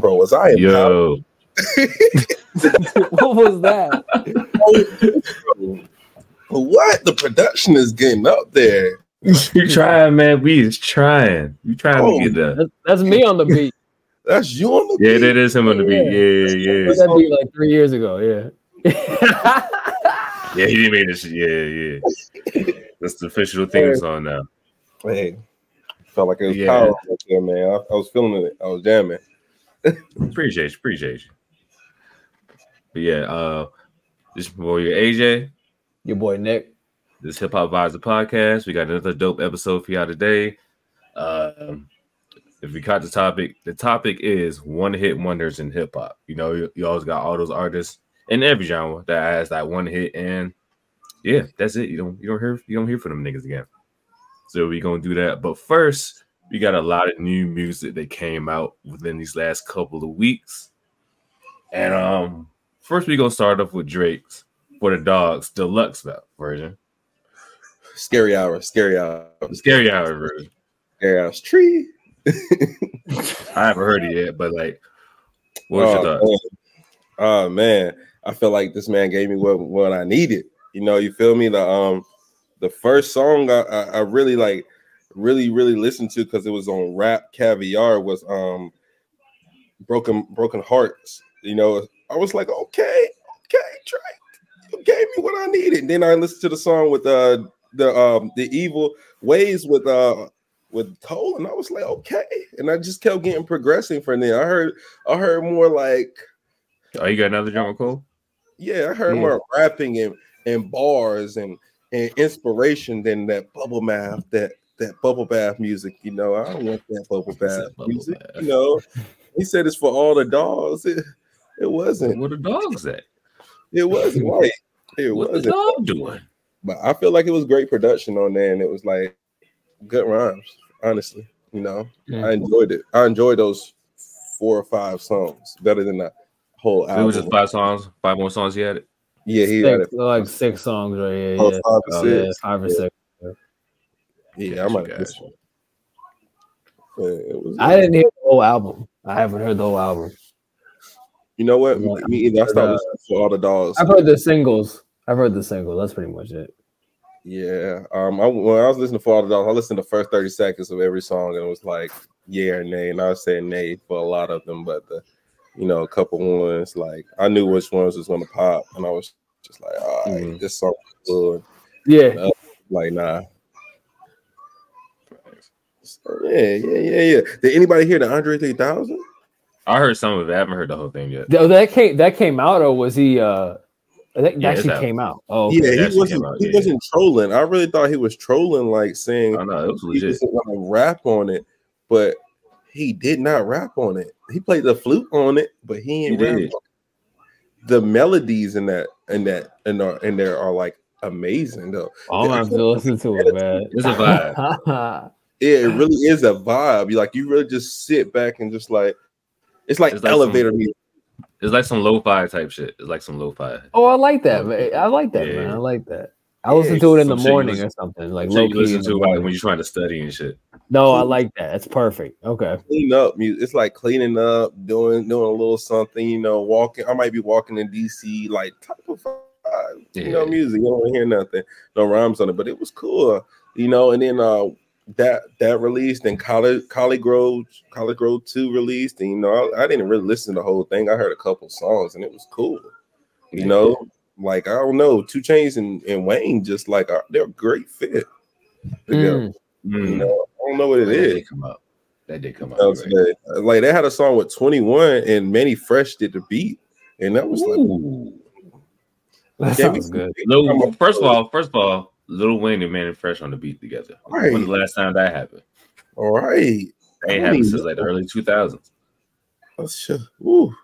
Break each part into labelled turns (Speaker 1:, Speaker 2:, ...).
Speaker 1: Josiah.
Speaker 2: Yo,
Speaker 3: what was that?
Speaker 1: But what? The production is getting up there.
Speaker 2: you trying, man? We is trying. You trying
Speaker 1: Oh.
Speaker 2: to get there?
Speaker 3: That's, that's me on the beat.
Speaker 1: That's you on the
Speaker 2: Yeah,
Speaker 1: beat.
Speaker 2: that is him on the beat. Yeah, yeah,
Speaker 3: That beat like three years ago. Yeah.
Speaker 2: yeah. Yeah, he made this. Yeah, yeah. That's the official theme song now.
Speaker 1: Hey, felt like it was
Speaker 2: Yeah.
Speaker 1: power right there, man. I, I was feeling it. I was jamming.
Speaker 2: Appreciate you, appreciate you. But yeah, uh, this boy your AJ.
Speaker 3: Your boy Nick.
Speaker 2: This Hip Hop Visor podcast. We got another dope episode for y'all today. Um, if we caught the topic, the topic is one hit wonders in hip hop. You know, you, you always got all those artists in every genre that has that one hit, and yeah, that's it. You don't you don't hear you don't hear from them niggas again. So we gonna do that. But first, we got a lot of new music that came out within these last couple of weeks. And um, first we gonna start off with Drake's for the dogs deluxe version.
Speaker 1: Scary hour, scary hour,
Speaker 2: Scary Hour version.
Speaker 1: scary hours. Tree.
Speaker 2: I haven't heard it yet, but like, what's your thoughts?
Speaker 1: Oh, man. Oh, man, I feel like this man gave me what what I needed. You know, you feel me? The um, the first song I, I, I really like, really really listened to because it was on Rap Caviar was um, broken broken hearts. You know, I was like, okay, okay, Drake, you gave me what I needed. And then I listened to the song with uh the um the evil ways with uh with Cole, and I was like, okay, and I just kept getting progressing from there. I heard I heard more like
Speaker 2: Oh, you got another drum with Cole?
Speaker 1: yeah, I heard
Speaker 3: Yeah.
Speaker 1: more rapping and, and bars and, and inspiration than that bubble bath that that bubble bath music. You know, I don't want that bubble bath
Speaker 2: that bubble
Speaker 1: music.
Speaker 2: bath.
Speaker 1: You know, he said it's for all the dogs. It, it wasn't.
Speaker 2: What the dogs at?
Speaker 1: It wasn't. Right. It
Speaker 2: What the
Speaker 1: wasn't.
Speaker 2: dog doing?
Speaker 1: But I feel like it was great production on there, and it was like good rhymes. Honestly, you know, I enjoyed it. I enjoyed those four or five songs better than the whole
Speaker 2: It
Speaker 1: album.
Speaker 2: was just five songs, five more songs he had it.
Speaker 1: yeah, he had
Speaker 3: Six,
Speaker 1: it.
Speaker 3: like six songs right here.
Speaker 1: Oh,
Speaker 3: Yeah.
Speaker 1: five or
Speaker 3: Oh,
Speaker 1: six.
Speaker 3: yeah, five or
Speaker 1: Yeah.
Speaker 3: six.
Speaker 1: Yeah, I might.
Speaker 2: Gotcha,
Speaker 1: have missed one. Yeah, it was.
Speaker 3: I didn't hear the whole album. I haven't heard the whole album.
Speaker 1: you know what?
Speaker 3: Yeah.
Speaker 1: Me either. I
Speaker 3: Uh,
Speaker 1: started listening to all the dogs.
Speaker 3: I've heard the singles. I've heard the singles. That's pretty much it.
Speaker 1: Yeah. Um. I, when I was listening to all the dogs, I listened to the first thirty seconds of every song, and it was like yeah or nay, and I was saying nay for a lot of them, but the, you know, a couple ones like I knew which ones was gonna pop, and I was just like, all right,
Speaker 2: Mhm.
Speaker 1: this song is good.
Speaker 3: Yeah.
Speaker 1: Like nah. So, yeah, yeah, yeah, yeah. Did anybody hear the Andre three thousand?
Speaker 2: I heard some of it. I haven't heard the whole thing yet.
Speaker 3: Th- oh, That came that came out or was he uh that
Speaker 2: Yeah, it's
Speaker 3: actually
Speaker 2: out.
Speaker 3: came out. Oh okay.
Speaker 2: It
Speaker 1: Yeah, he
Speaker 2: actually came
Speaker 1: wasn't.
Speaker 2: out,
Speaker 1: he
Speaker 2: yeah.
Speaker 1: wasn't trolling. I really thought he was trolling, like
Speaker 2: I
Speaker 1: saying
Speaker 2: don't know. It was
Speaker 1: he
Speaker 2: legit.
Speaker 1: was going to rap on it, but he did not rap on it. He played the flute on it, but he ain't
Speaker 2: He
Speaker 1: rap.
Speaker 2: did.
Speaker 1: on it. The melodies in that and that and are in there are like amazing though.
Speaker 3: All I have to listen to it, man.
Speaker 2: It's a
Speaker 3: vibe.
Speaker 1: Yeah, it really is a vibe. You like you really just sit back and just like it's like
Speaker 2: It's like some-
Speaker 1: elevator music.
Speaker 2: It's like some lo-fi type shit. It's like some lo-fi.
Speaker 3: oh, I like that, man. I like that, man.
Speaker 2: Yeah.
Speaker 3: I like that. I
Speaker 1: Yeah,
Speaker 3: listen to it in the
Speaker 2: some shit you
Speaker 3: morning
Speaker 2: listen-
Speaker 3: or something, like
Speaker 2: Shit
Speaker 3: low
Speaker 2: you
Speaker 3: key. in
Speaker 2: listen
Speaker 3: the
Speaker 2: to like,
Speaker 3: morning.
Speaker 2: when you're trying to study and shit.
Speaker 3: No, I like that. That's perfect. Okay.
Speaker 1: clean up music. It's like cleaning up, doing doing a little something, you know, walking. I might be walking in DC, like type of vibe, you know,
Speaker 2: Yeah.
Speaker 1: music. You don't hear nothing, no rhymes on it, but it was cool, you know. And then uh that that released and College College Grove College Grove two released, and you know, I, I didn't really listen to the whole thing. I heard a couple songs, and it was cool, you know. Like I don't know, Two Chains and, and Wayne just like are, they're a great fit together.
Speaker 3: Mm.
Speaker 1: You
Speaker 2: Mm.
Speaker 1: know, I don't know what it
Speaker 2: That
Speaker 1: is
Speaker 2: did come out. That did come out.
Speaker 1: out
Speaker 2: you're right.
Speaker 1: today. uh, Like they had a song with 21 and Manny Fresh did the beat, and that was like
Speaker 2: Ooh.
Speaker 3: That
Speaker 1: Yeah, we-
Speaker 3: sounds good.
Speaker 2: Lil, first of all, first of all, Lil Wayne and Manny Fresh on the beat together.
Speaker 1: Right.
Speaker 2: When the last time that happened?
Speaker 1: all right.
Speaker 2: That ain't
Speaker 1: I don't
Speaker 2: happened
Speaker 1: even
Speaker 2: since like the early 2000s.
Speaker 1: Oh, shit. Ooh.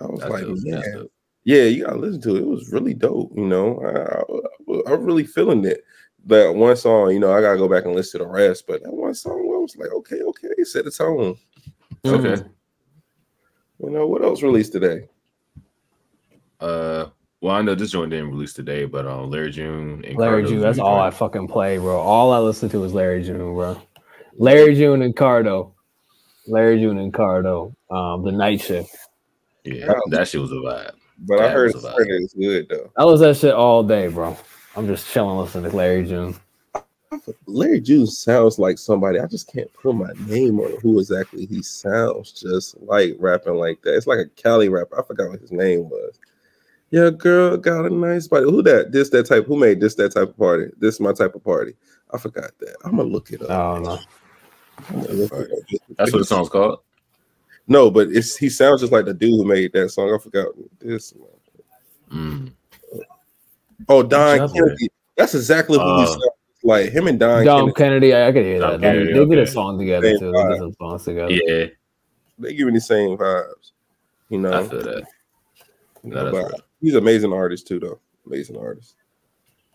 Speaker 1: I was
Speaker 2: That's
Speaker 1: like,
Speaker 2: dope.
Speaker 1: yeah.
Speaker 2: That's dope.
Speaker 1: yeah, you gotta listen to it. It was really dope, you know. I, I, I'm really feeling it. That one song, you know, I gotta go back and listen to the rest, but that one song, I was like, okay, okay, set the tone.
Speaker 2: Okay.
Speaker 3: Mm.
Speaker 1: You know, what else released today?
Speaker 2: Uh, well, I know this joint didn't release today, but um, Larry June and
Speaker 3: Larry
Speaker 2: Cardo's
Speaker 3: June. That's
Speaker 2: new
Speaker 3: all I
Speaker 2: joint.
Speaker 3: fucking play, bro. All I listen to is Larry June, bro. Larry June and Cardo. Larry June and Cardo, um, the night shift.
Speaker 2: Yeah, that shit was a vibe.
Speaker 1: But I
Speaker 2: That
Speaker 1: heard
Speaker 2: was a vibe.
Speaker 1: it's good though.
Speaker 3: I was that shit all day, bro. I'm just chilling listening to Larry June.
Speaker 1: Larry June sounds like somebody. I just can't put my name on who exactly he sounds just like rapping like that. It's like a Cali rapper. I forgot what his name was. Yeah, girl, got a nice body. Who that? This that type. Who made this that type of party? This my type of party. I forgot that. I'm gonna look it
Speaker 3: I
Speaker 1: up.
Speaker 3: don't know.
Speaker 1: I'm gonna look it up.
Speaker 2: That's what the song's called.
Speaker 1: No, but it's he sounds just like the dude who made that song. I forgot this. One.
Speaker 2: Mm.
Speaker 1: Oh, Don
Speaker 2: Jumper.
Speaker 1: Kennedy. That's exactly who he
Speaker 2: Uh,
Speaker 1: sounds like. Him and Don
Speaker 3: Dom
Speaker 1: Kennedy.
Speaker 3: Kennedy, I, I could hear
Speaker 2: Dom
Speaker 3: that. They-
Speaker 2: Kennedy,
Speaker 3: they did
Speaker 2: okay.
Speaker 3: a song together
Speaker 1: Same
Speaker 3: too. They
Speaker 1: vibe.
Speaker 3: did some songs together.
Speaker 2: Yeah,
Speaker 1: They give me the same vibes. You know.
Speaker 2: I feel that. No, that's
Speaker 1: But he's an amazing artist too, though. Amazing artist.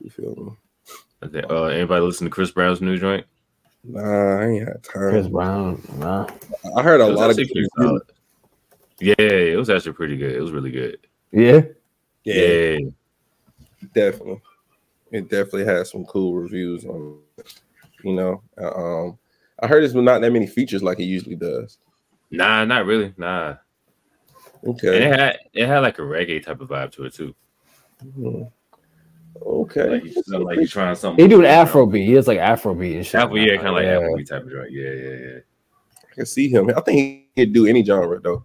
Speaker 1: You feel me?
Speaker 2: Okay, Uh, anybody listen to Chris Brown's new joint?
Speaker 1: Nah, I ain't had time.
Speaker 3: Chris Brown, nah.
Speaker 1: I heard a
Speaker 2: It was
Speaker 1: lot of
Speaker 2: actually
Speaker 1: good
Speaker 2: pretty
Speaker 1: reviews.
Speaker 2: solid. Yeah, it was actually pretty good. It was really good.
Speaker 3: yeah.
Speaker 1: Yeah,
Speaker 2: yeah.
Speaker 1: definitely. It definitely had some cool reviews on. it, You know, Uh, um, I heard it's not that many features like it usually does.
Speaker 2: Nah, not really. Nah, and
Speaker 1: Okay.
Speaker 2: it had it had like a reggae type of vibe to it too.
Speaker 1: Hmm. Okay.
Speaker 2: Like you, something like you're trying something.
Speaker 3: He do an Afro beat. He does like Afro beat and shit.
Speaker 2: Afro, yeah, kind of like
Speaker 3: Yeah.
Speaker 2: Afrobeat type of joint. Yeah, yeah, yeah.
Speaker 1: I can see him. I think he could do any genre though.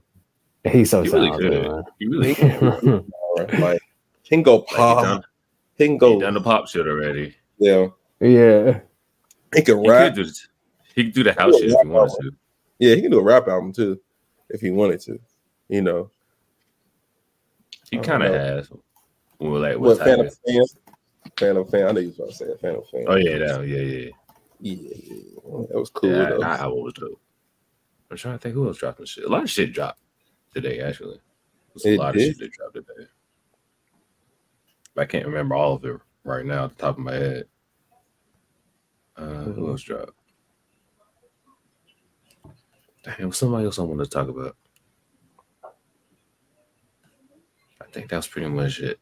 Speaker 3: He's so
Speaker 2: He really
Speaker 3: talented,
Speaker 2: good.
Speaker 3: man.
Speaker 2: You really can. Like,
Speaker 1: Alright, Like he can go
Speaker 2: he
Speaker 1: pop.
Speaker 2: done-
Speaker 1: He can
Speaker 2: he
Speaker 1: go.
Speaker 2: done the pop shit already.
Speaker 1: Yeah.
Speaker 3: yeah.
Speaker 1: He can
Speaker 2: He
Speaker 1: rap.
Speaker 2: could do this. He could do the house shit if he wanted to.
Speaker 1: Yeah, he can do a rap album too, if he wanted to. You know,
Speaker 2: He
Speaker 1: I
Speaker 2: kind of
Speaker 1: don't know.
Speaker 2: has. Well, like
Speaker 1: what
Speaker 2: what type?
Speaker 1: Phantom
Speaker 2: Of,
Speaker 1: fan? Phantom fan. I know you was about to say it, Phantom fan.
Speaker 2: oh yeah, that, yeah, yeah.
Speaker 1: yeah, yeah, yeah. that was cool.
Speaker 2: Yeah,
Speaker 1: though.
Speaker 2: that album was dope. I'm trying to think who else dropped some shit. A lot of shit dropped today, actually. There's a
Speaker 1: It
Speaker 2: lot
Speaker 1: did?
Speaker 2: of shit that dropped today. But I can't remember all of it right now at the top of my head. Uh,
Speaker 1: Mhm.
Speaker 2: Who else dropped? Damn, somebody else I wanted to talk about. I think that was pretty much it.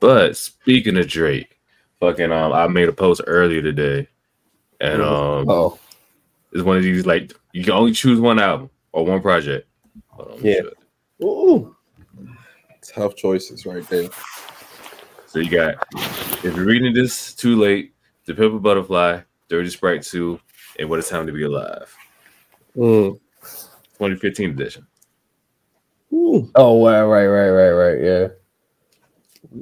Speaker 2: But speaking of Drake, fucking um, I made a post earlier today, and um,
Speaker 3: Oh,
Speaker 2: it's one of these like you can only choose one album or one project. Um, Hold on, let me
Speaker 1: Yeah.
Speaker 2: check.
Speaker 1: Ooh. Tough choices right there.
Speaker 2: So you got if you're reading this too late, The Pimp a Butterfly, Dirty Sprite 2, and What a Time to Be Alive,
Speaker 1: Mm.
Speaker 2: 2015 edition.
Speaker 1: Ooh.
Speaker 3: oh, right, right, right, right, right. Yeah.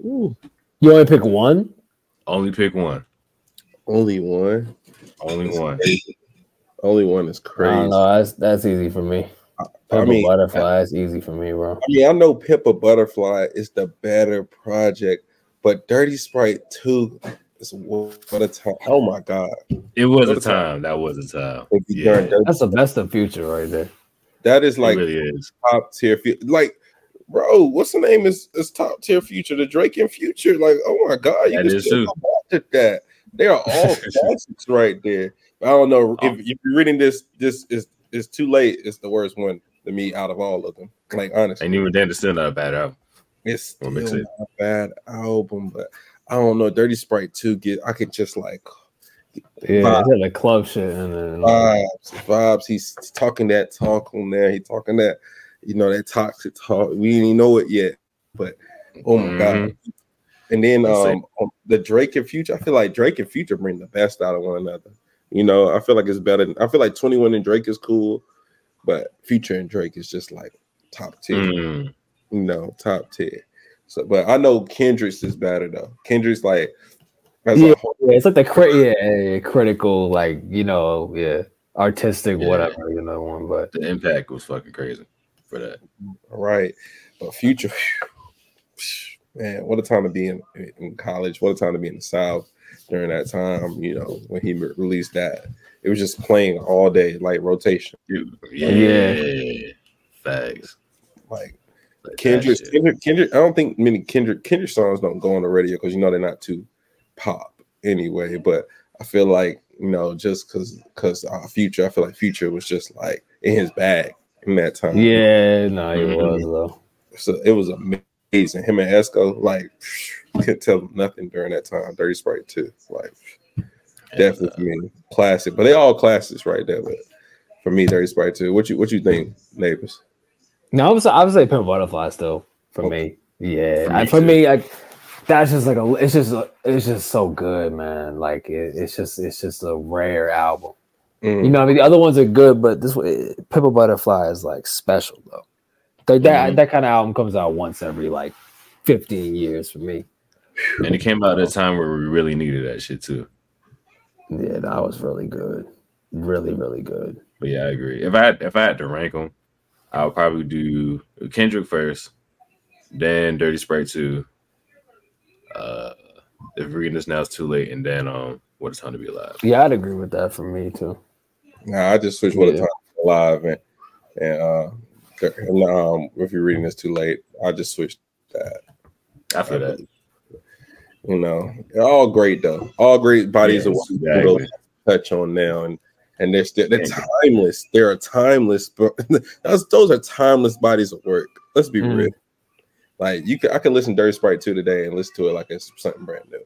Speaker 1: Ooh.
Speaker 3: You only pick one.
Speaker 2: Only pick one.
Speaker 1: Only one.
Speaker 2: Only
Speaker 1: That's
Speaker 2: one.
Speaker 1: crazy. Only one is
Speaker 3: I
Speaker 1: crazy.
Speaker 3: don't know. That's that's easy for me.
Speaker 1: I
Speaker 3: Purple
Speaker 1: mean,
Speaker 3: butterfly is easy for me, bro.
Speaker 1: I mean, I know Pimp a Butterfly is the better project, but Dirty Sprite 2 is what a time. Oh my God.
Speaker 2: It was a
Speaker 1: What a time.
Speaker 2: time. That was a time.
Speaker 1: If you
Speaker 2: Yeah,
Speaker 1: turn Dirty-
Speaker 3: That's the best of future right there.
Speaker 1: That is like
Speaker 2: it really is.
Speaker 1: top tier. fu- Like, bro, what's the name? Is is top tier future? The Drake and Future? Like, oh my god, you
Speaker 2: That
Speaker 1: can
Speaker 2: is
Speaker 1: still
Speaker 2: true.
Speaker 1: go back to that. They are all classics right there. I don't know
Speaker 2: Um,
Speaker 1: if, if you're reading this. This is is too late. It's the worst one to me out of all of them. Like honestly,
Speaker 2: And even then, it's still not a bad album.
Speaker 1: it's still
Speaker 2: What makes
Speaker 1: not
Speaker 2: it?
Speaker 1: a bad album, but I don't know. Dirty Sprite two get. I could just like
Speaker 3: Yeah, it's like club shit and then
Speaker 1: vibes, vibes. He's talking that talk on there. He talking that, you know, that toxic talk. We didn't even know it yet, but oh my god. And then
Speaker 2: Mm-hmm. Let's see.
Speaker 1: um on the Drake and Future. I feel like Drake and Future bring the best out of one another. You know, I feel like it's better. than- I feel like 21 and Drake is cool, but Future and Drake is just like top tier,
Speaker 2: Mm.
Speaker 1: you know, top tier. So but I know Kendrick's is better though. Kendrick's like as a whole,
Speaker 3: Yeah, it's like the crit, yeah, yeah, yeah, critical, like you know, yeah, artistic,
Speaker 2: Yeah.
Speaker 3: whatever, you know, one. But
Speaker 2: The impact was fucking crazy for that.
Speaker 1: Right. But future, man, what a time to be in, in college. What a time to be in the South during that time, you know, when he re- released that. It was just playing all day, like rotation.
Speaker 2: Dude, yeah.
Speaker 3: Yeah.
Speaker 2: Facts.
Speaker 1: Like
Speaker 2: Like that
Speaker 1: Kendrick,
Speaker 2: shit.
Speaker 1: Kendrick, Kendrick, I don't think many Kendrick Kendrick songs don't go on the radio because you know they're not too pop anyway. But I feel like, you know, just cause cause uh, future, I feel like future was just like in his bag in that time.
Speaker 3: yeah, no, it
Speaker 2: Mhm.
Speaker 3: was though.
Speaker 1: So it was amazing. Him and Esco, like, couldn't tell them nothing during that time. Dirty Sprite too, like,
Speaker 2: And, uh,
Speaker 1: definitely for me, classic. But they all classics right there. But for me, Dirty Sprite too. What you what you think, neighbors?
Speaker 3: No, I would say, I would say Pimp Butterfly still for
Speaker 1: Okay.
Speaker 3: me. Yeah,
Speaker 1: For
Speaker 3: for
Speaker 1: me
Speaker 3: me, I, for
Speaker 1: too.
Speaker 3: me like that's just like a. It's just a, it's just so good, man. Like it, it's just it's just a rare album.
Speaker 1: Mm.
Speaker 3: You know, what I mean, the other ones are good, but this one, Pimp a Butterfly is like special though. Like that
Speaker 1: Mhm.
Speaker 3: that kind of album comes out once every like fifteen years for me.
Speaker 2: And it came out at a time where we really needed that shit too.
Speaker 3: Yeah, that was really good, really really good.
Speaker 2: But yeah, I agree. If I had, if I had to rank them, I would probably do Kendrick first, then Dirty Sprite two. Uh, if reading this now is too late, and then um, what a time to be alive.
Speaker 3: Yeah, I'd agree with that for me too.
Speaker 1: Nah, I just switched one
Speaker 3: Yeah.
Speaker 1: time live and and uh and, um if you're reading this too late, I just switched that.
Speaker 2: After that,
Speaker 1: You know, They're all great though. All great bodies
Speaker 2: Yeah,
Speaker 1: of work
Speaker 2: exactly.
Speaker 1: that we'll touch on now, and and they're still they're
Speaker 2: Yeah.
Speaker 1: timeless. They're a timeless. bo- That's those are timeless bodies of work. Let's
Speaker 2: Hmm.
Speaker 1: be
Speaker 3: Mm.
Speaker 1: real. Like you, can, I can listen to Dirty Sprite two today and listen to it like it's something brand new.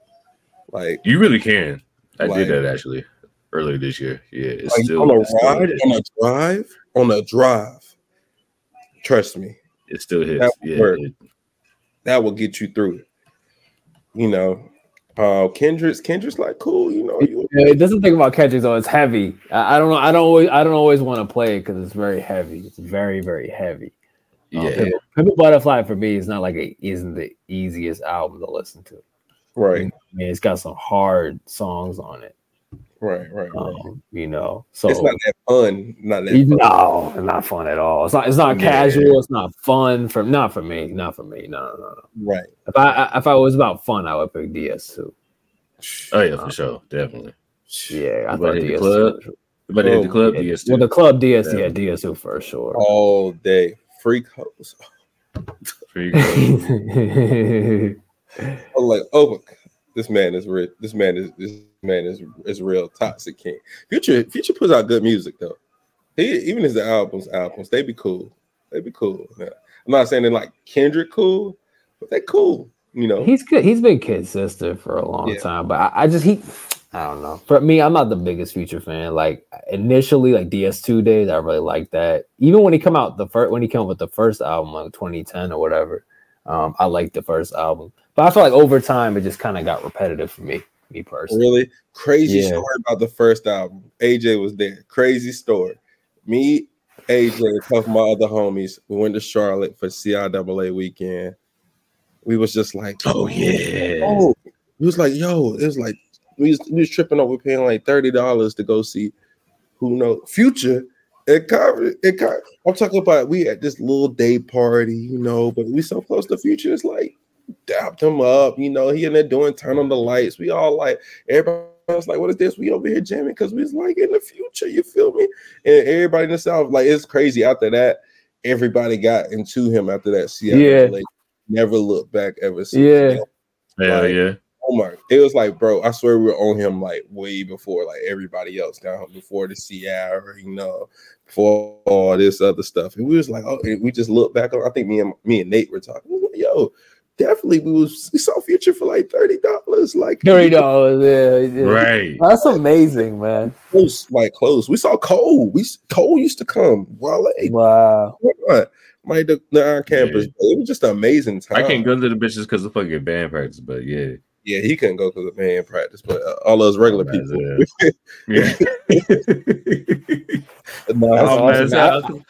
Speaker 1: Like
Speaker 2: you really can. I
Speaker 1: Like-
Speaker 2: did that actually earlier this year. Yeah, it's
Speaker 1: like,
Speaker 2: still
Speaker 1: on a
Speaker 2: it's still,
Speaker 1: ride,
Speaker 2: hits.
Speaker 1: on a drive, on a drive. Trust me,
Speaker 2: It still hits.
Speaker 1: that
Speaker 2: yeah,
Speaker 1: worked.
Speaker 2: it-
Speaker 1: that will get you through it. You know, uh, Kendrick's Kendrick's like cool. You know, you
Speaker 3: Yeah, that's the thing about Kendrick though. It's heavy. I, I don't know. I don't always. I don't always want to play it because it's very heavy. It's very very heavy. Um,
Speaker 2: yeah.
Speaker 3: Pimp, Pimp a Butterfly for me is not like it isn't the easiest album to listen to.
Speaker 1: right,
Speaker 3: I mean, it's got some hard songs on it.
Speaker 1: right, right,
Speaker 2: Uh,
Speaker 1: right.
Speaker 3: Um, you know, so
Speaker 1: It's not that fun. Not that.
Speaker 3: Even-
Speaker 1: Fun.
Speaker 3: no, it's not fun at all. It's not. It's not
Speaker 2: Yeah.
Speaker 3: casual. It's not fun for not for me. Not for me. No, no, no. no.
Speaker 1: Right.
Speaker 3: If I, I if I was about fun, I would pick DS2.
Speaker 2: Oh yeah, for sure, definitely.
Speaker 3: Yeah, I
Speaker 2: You
Speaker 3: thought
Speaker 2: wanna hit the
Speaker 3: DS2.
Speaker 2: club?
Speaker 3: was-
Speaker 2: But hit the
Speaker 1: Oh,
Speaker 2: club,
Speaker 3: yeah,
Speaker 2: yes,
Speaker 3: Well, the
Speaker 2: too.
Speaker 3: club DS,
Speaker 2: Yeah. Oh,
Speaker 3: yeah, DS2 for sure.
Speaker 1: all day. Free hoes.
Speaker 2: Free club.
Speaker 3: yeah,
Speaker 1: I'm like, oh, my God. this man is real. This man is this man is is real toxic king. Future Future puts out good music though. He even his albums albums they be cool. They be cool. Yeah. I'm not saying they're like Kendrick cool, but they cool. You know.
Speaker 3: he's good. He's been consistent for a long
Speaker 1: Yeah.
Speaker 3: time, but I, I just he, I don't know. For me, I'm not the biggest Future fan. Like initially, like DS2 days, I really liked that. Even when he come out the first, when he came out with the first album, like 2010 or whatever, um, I liked the first album. But I feel like over time, it just kind of got repetitive for me, me personally.
Speaker 1: Really crazy
Speaker 3: Yeah.
Speaker 1: story about the first album. AJ was there. Crazy story. Me, AJ, a couple of my other homies, we went to Charlotte for CIAA weekend. We was just like,
Speaker 2: Oh yeah.
Speaker 1: oh, he was like, yo, it was like we was, we was tripping over paying like thirty dollars to go see who know future. It covered it covered. I'm talking about we at this little day party, you know, but we so close to future. It's like dapped him up, you know. He in there doing turn on the lights. We all like everybody was like, what is this? We over here jamming because we was like in the future. You feel me? And everybody in the south like it's crazy. After that, everybody got into him after that. Seattle,
Speaker 3: Yeah.
Speaker 1: like, never looked back ever since.
Speaker 3: Yeah.
Speaker 2: Hell
Speaker 1: Like,
Speaker 2: yeah.
Speaker 1: Oh my! It was like, bro, I swear we were on him like way before like everybody else down before the Sierra, you know, before all this other stuff. And we was like, oh, and we just looked back on. I think me and me and Nate were talking. We was like, Yo, definitely, we was we saw Future for like thirty dollars, like
Speaker 3: Thirty dollars, yeah, yeah.
Speaker 2: Right.
Speaker 3: That's amazing, man.
Speaker 1: close, like close. We saw Cole. We Cole used to come. Wale,
Speaker 3: Wow.
Speaker 1: come on. like the, the on campus.
Speaker 2: Yeah.
Speaker 1: It was just an amazing time.
Speaker 2: I can't go to the bitches because of fucking band practice, but yeah.
Speaker 1: Yeah, he couldn't go because of man practice, but uh, all those regular
Speaker 2: That's
Speaker 1: people.
Speaker 2: it. uh, Yeah.
Speaker 1: Nah,
Speaker 3: That's
Speaker 2: Oh, man,
Speaker 3: awesome.
Speaker 2: so-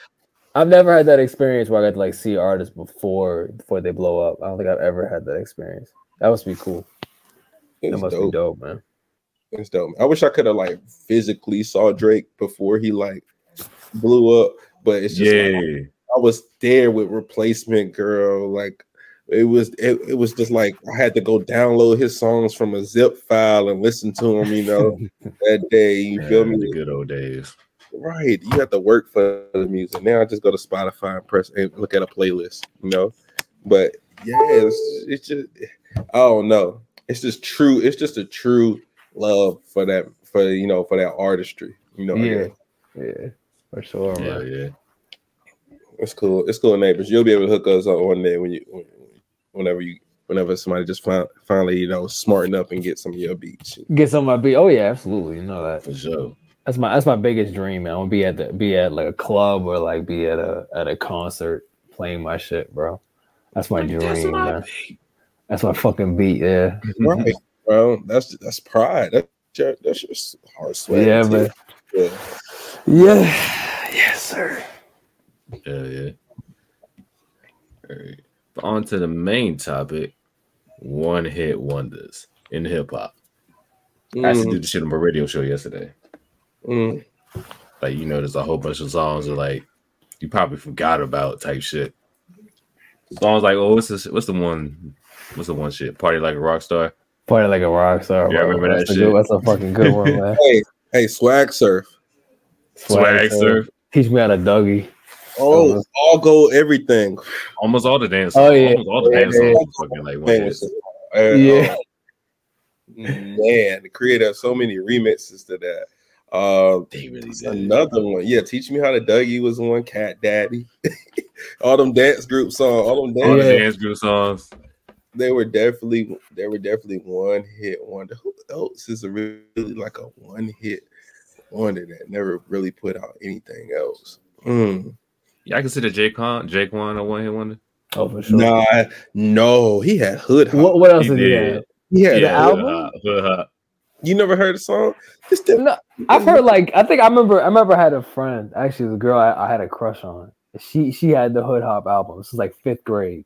Speaker 3: I've never had that experience where I got to like see artists before before they blow up. I don't think I've ever had that experience. That must be cool.
Speaker 1: it
Speaker 3: That
Speaker 1: was
Speaker 3: must
Speaker 1: dope.
Speaker 3: be dope, man.
Speaker 1: It's dope. I wish I could have like physically saw Drake before he like blew up, but it's just like,
Speaker 2: yeah.
Speaker 1: I was there with replacement girl. Like it was it, it was just like I had to go download his songs from a zip file and listen to him, you know, that day. You feel
Speaker 2: Man, The
Speaker 1: me?
Speaker 2: good old days.
Speaker 1: Right. You have to work for the music. Now I just go to Spotify and press and look at a playlist, you know. But yeah, it's, it's just I don't know. It's just true. It's just a true love for that for you know for that artistry. You know,
Speaker 3: Yeah. Yeah. For sure,
Speaker 2: Yeah,
Speaker 3: man.
Speaker 2: yeah.
Speaker 1: it's cool. It's cool, neighbors. You'll be able to hook us up one day when you when- whenever you whenever somebody just fin- finally you know smarten up and get some of your beats.
Speaker 3: Get some of my beat. Oh yeah, absolutely. You know that.
Speaker 2: For sure.
Speaker 3: That's my that's my biggest dream, man. I want to be at the be at like a club or like be at a at a concert playing my shit, bro. That's my dream, that's my man. Beat. That's my fucking beat, yeah.
Speaker 1: Right, bro. That's that's pride. That's your, that's your hard sweat.
Speaker 3: Yeah, man.
Speaker 1: Yeah.
Speaker 3: Yeah. Yes, sir.
Speaker 2: Yeah, yeah. All right. But on to the main topic: one hit wonders in hip hop. I
Speaker 1: Mm-hmm,
Speaker 2: used to do the shit on my radio show yesterday.
Speaker 1: Mm.
Speaker 2: Like you know, there's a whole bunch of songs that like you probably forgot about type shit. Songs like oh, what's this? What's the one? What's the one shit? Party like a rock star.
Speaker 3: Party like a rock star.
Speaker 2: Yeah, I
Speaker 3: bro.
Speaker 2: remember
Speaker 3: that's
Speaker 2: that
Speaker 3: a
Speaker 2: shit.
Speaker 3: Good, that's a fucking good one, man.
Speaker 1: Hey, hey, swag surf.
Speaker 2: Swag surf.
Speaker 3: Teach me how to doggy.
Speaker 1: Oh, all gold, everything.
Speaker 2: Almost all the dance.
Speaker 3: Oh,
Speaker 2: songs-
Speaker 3: yeah.
Speaker 2: Almost all the
Speaker 3: Yeah,
Speaker 2: dance
Speaker 3: yeah.
Speaker 2: songs are fucking like one hit.
Speaker 1: yeah.
Speaker 3: Yeah.
Speaker 1: man, the creator of so many remixes to that. Uh,
Speaker 2: They really did.
Speaker 1: another one, yeah. Teach me how to Dougie was one. Cat Daddy, all them dance group songs, all them dance,
Speaker 2: All the
Speaker 3: Oh, Yeah.
Speaker 2: dance group songs.
Speaker 1: they were definitely they were definitely one hit wonder. Who else is a really like a one hit wonder that never really put out anything else? Mm.
Speaker 2: Yeah, I consider Jake Con Jake One a one hit wonder.
Speaker 3: Oh, for sure.
Speaker 1: Nah, no, he had Hood Hop.
Speaker 3: What, what else
Speaker 2: He
Speaker 3: is
Speaker 2: did.
Speaker 3: it?
Speaker 1: yeah,
Speaker 3: the album?
Speaker 2: uh, Hood Hop.
Speaker 1: you never heard the song? This the-
Speaker 3: No, I've heard like I think I remember I remember I had a friend actually the girl I, I had a crush on. She she had the Hood Hop album. This was like fifth grade.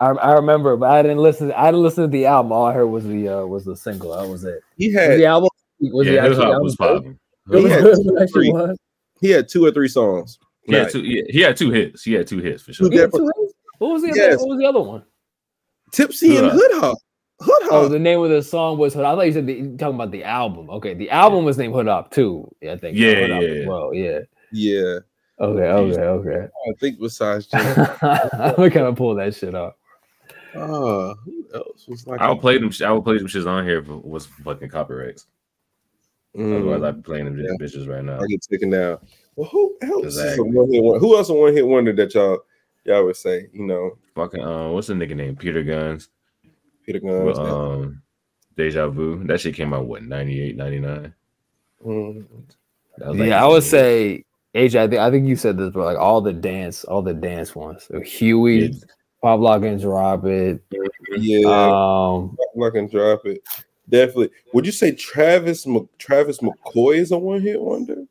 Speaker 3: I, I remember, but I didn't listen. I didn't listen to the album. All I heard was the uh, was the single. That was it.
Speaker 1: he
Speaker 3: Was
Speaker 1: had
Speaker 3: the album was the
Speaker 2: yeah, Hood
Speaker 3: actual
Speaker 2: Hop
Speaker 3: album
Speaker 2: was
Speaker 3: good?
Speaker 2: popping.
Speaker 3: It
Speaker 1: Yeah.
Speaker 2: Hood Hop-
Speaker 3: was- it actually
Speaker 1: Three.
Speaker 3: was.
Speaker 1: he had two or three songs.
Speaker 2: He had
Speaker 1: Nice.
Speaker 2: two. He, he had two hits. He had two hits for sure.
Speaker 1: Two
Speaker 3: He had
Speaker 1: different-
Speaker 3: two hits? What was the other?
Speaker 1: Yes. Uh,
Speaker 3: What was the other one?
Speaker 1: Tipsy and
Speaker 2: Hood
Speaker 1: Hood Hop. Hood Hop.
Speaker 3: Oh, the name of the song was Hood. I thought you said the, you talking about the album. Okay, the album was named Hood Up too. Yeah, I think.
Speaker 2: Yeah,
Speaker 3: Hood Up
Speaker 2: yeah,
Speaker 3: as
Speaker 2: yeah.
Speaker 3: Well, yeah.
Speaker 1: yeah.
Speaker 3: Okay, okay,
Speaker 1: I think besides Jay.
Speaker 3: okay. I'm gonna pull that shit up.
Speaker 1: uh, who else was like
Speaker 2: I'll play them. sh- I will play them shits on here if it was fucking copyrights. Otherwise,
Speaker 3: Mm.
Speaker 2: I'd be playing them
Speaker 1: Yeah.
Speaker 2: bitches right now.
Speaker 1: Mm. I get taken down. Well, who else is a
Speaker 2: Exactly.
Speaker 1: one hit wonder? Who else a one hit wonder that y'all y'all would say, you know,
Speaker 2: Fucking uh, what's the nigga name? Peter Guns.
Speaker 1: Peter
Speaker 3: Oh,
Speaker 2: with,
Speaker 1: Guns.
Speaker 2: um, Deja Vu. That shit came out what 98, 99?
Speaker 1: mm,
Speaker 2: That was like
Speaker 3: Yeah, I would
Speaker 2: his-
Speaker 3: say AJ. I think I think you said this, but like all the dance, all the dance ones. So Huey,
Speaker 2: Yeah.
Speaker 3: Bob Loggins, Robert.
Speaker 1: yeah,
Speaker 3: Um,
Speaker 1: I'm not gonna drop it. Definitely. Would you say Travis Mc, Travis McCoy is a one hit wonder?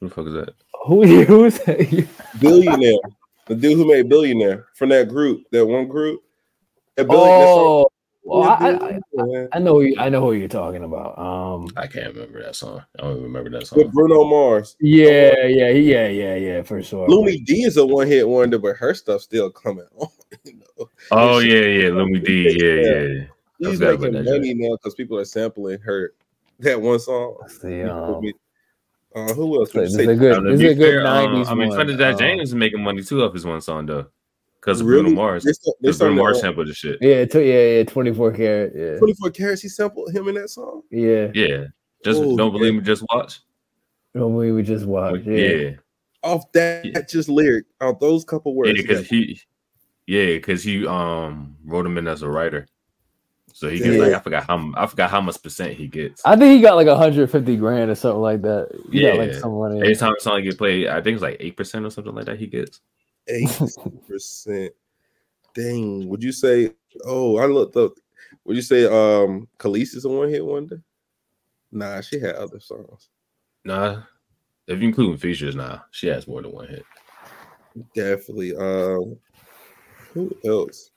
Speaker 2: Who the fuck is that?
Speaker 3: who who's that?
Speaker 1: Billionaire, the dude who made Billionaire from that group, that one group. That Billi- that song-
Speaker 3: Oh, well, I, I, I-
Speaker 1: Billionaire.
Speaker 3: I know who you, I know who you're talking about. Um,
Speaker 2: I can't remember that song. I don't even remember that
Speaker 1: with
Speaker 2: song.
Speaker 1: Bruno Mars.
Speaker 3: yeah, yeah, yeah, yeah, yeah, for sure.
Speaker 1: Lumi D is a one hit wonder, but her stuff still coming on. you know?
Speaker 2: Oh yeah, yeah, Lumi D. Yeah,
Speaker 1: Yeah.
Speaker 2: yeah. yeah. I
Speaker 1: She's
Speaker 2: forgot about
Speaker 1: making
Speaker 2: that
Speaker 1: money now because people are sampling her that one song.
Speaker 3: Let's see, um,
Speaker 1: Uh, who else? Would you
Speaker 3: this is a
Speaker 1: say?
Speaker 3: good,
Speaker 2: to
Speaker 3: this
Speaker 2: be
Speaker 3: is a good
Speaker 2: fair, um,
Speaker 3: '90s
Speaker 2: I mean,
Speaker 3: one.
Speaker 2: Trinidad that
Speaker 3: um,
Speaker 2: James is making money too off his one song though, because of Bruno
Speaker 1: Really?
Speaker 2: Mars.
Speaker 1: They start- they
Speaker 2: Because Bruno
Speaker 1: starting to-
Speaker 2: Mars sampled the shit.
Speaker 3: Yeah, tw- yeah, yeah, 24 karat. Yeah,
Speaker 1: 24 carats. He sampled him in that song.
Speaker 3: yeah.
Speaker 2: Yeah, just
Speaker 1: Oh,
Speaker 2: don't believe
Speaker 1: yeah.
Speaker 2: me. Just watch.
Speaker 3: Normally we just watch.
Speaker 2: yeah,
Speaker 3: Uh, Yeah,
Speaker 2: yeah,
Speaker 1: Off that
Speaker 2: Yeah.
Speaker 1: just lyric, off those couple words.
Speaker 2: because he, yeah, because he um wrote him in as a writer. So he gets
Speaker 1: Yeah.
Speaker 2: like I forgot how m- I forgot how much percent he gets.
Speaker 3: I think he got like 150 grand or something like that. He got like
Speaker 2: Yeah.
Speaker 3: some money.
Speaker 2: Every time a song get played, I think it's like eight percent or something like that. He gets.
Speaker 1: Eight percent. Dang. Would you say? Oh, I looked up. Would you say um Khalees is a one hit wonder? Nah, she had other songs.
Speaker 2: Nah, if you include features, nah, she has more than one hit.
Speaker 1: Definitely. Um, who else?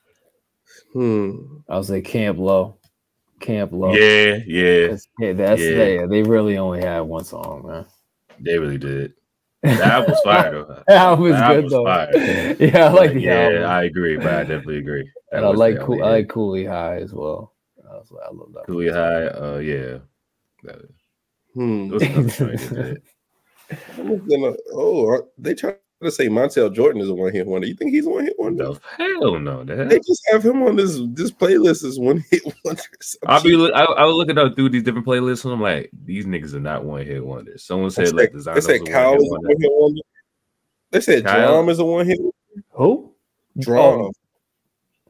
Speaker 1: Hmm.
Speaker 3: I was like Camp Low, Camp Low.
Speaker 2: Yeah, yeah,
Speaker 3: That's, yeah, that's
Speaker 2: Yeah.
Speaker 3: yeah. They really only had one song, man.
Speaker 2: they really did. The album's fire though.
Speaker 3: That album
Speaker 2: The
Speaker 3: is good
Speaker 2: album's
Speaker 3: though.
Speaker 2: fire.
Speaker 3: Yeah, I like the
Speaker 2: yeah,
Speaker 3: album.
Speaker 2: I agree, but I definitely agree. That
Speaker 3: and I
Speaker 2: was
Speaker 3: like
Speaker 2: the
Speaker 3: cool. I
Speaker 2: only
Speaker 3: like
Speaker 2: hit.
Speaker 3: Cooley High as well. I, was like, I love that.
Speaker 2: Cooley High. Uh, yeah. That was- it
Speaker 1: Hmm.
Speaker 2: was another joint that did.
Speaker 1: I'm just gonna- oh, are- they try to say Montel Jordan is a one hit wonder. You think he's a one hit wonder?
Speaker 2: No, hell no. the hell?
Speaker 1: They just have him on this this playlist as one hit wonder.
Speaker 2: I'll be. Look, I, I was looking up through these different playlists, and I'm like, these niggas are not one hit wonders. Someone
Speaker 1: They
Speaker 2: said
Speaker 1: said,
Speaker 2: like,
Speaker 1: they
Speaker 2: Designer was
Speaker 1: said
Speaker 2: a
Speaker 1: Kyle
Speaker 2: one-hit
Speaker 1: is a
Speaker 2: wonder.
Speaker 1: one hit wonder. They said
Speaker 2: Kyle?
Speaker 1: Drum is a one hit.
Speaker 3: Who?
Speaker 1: Drum.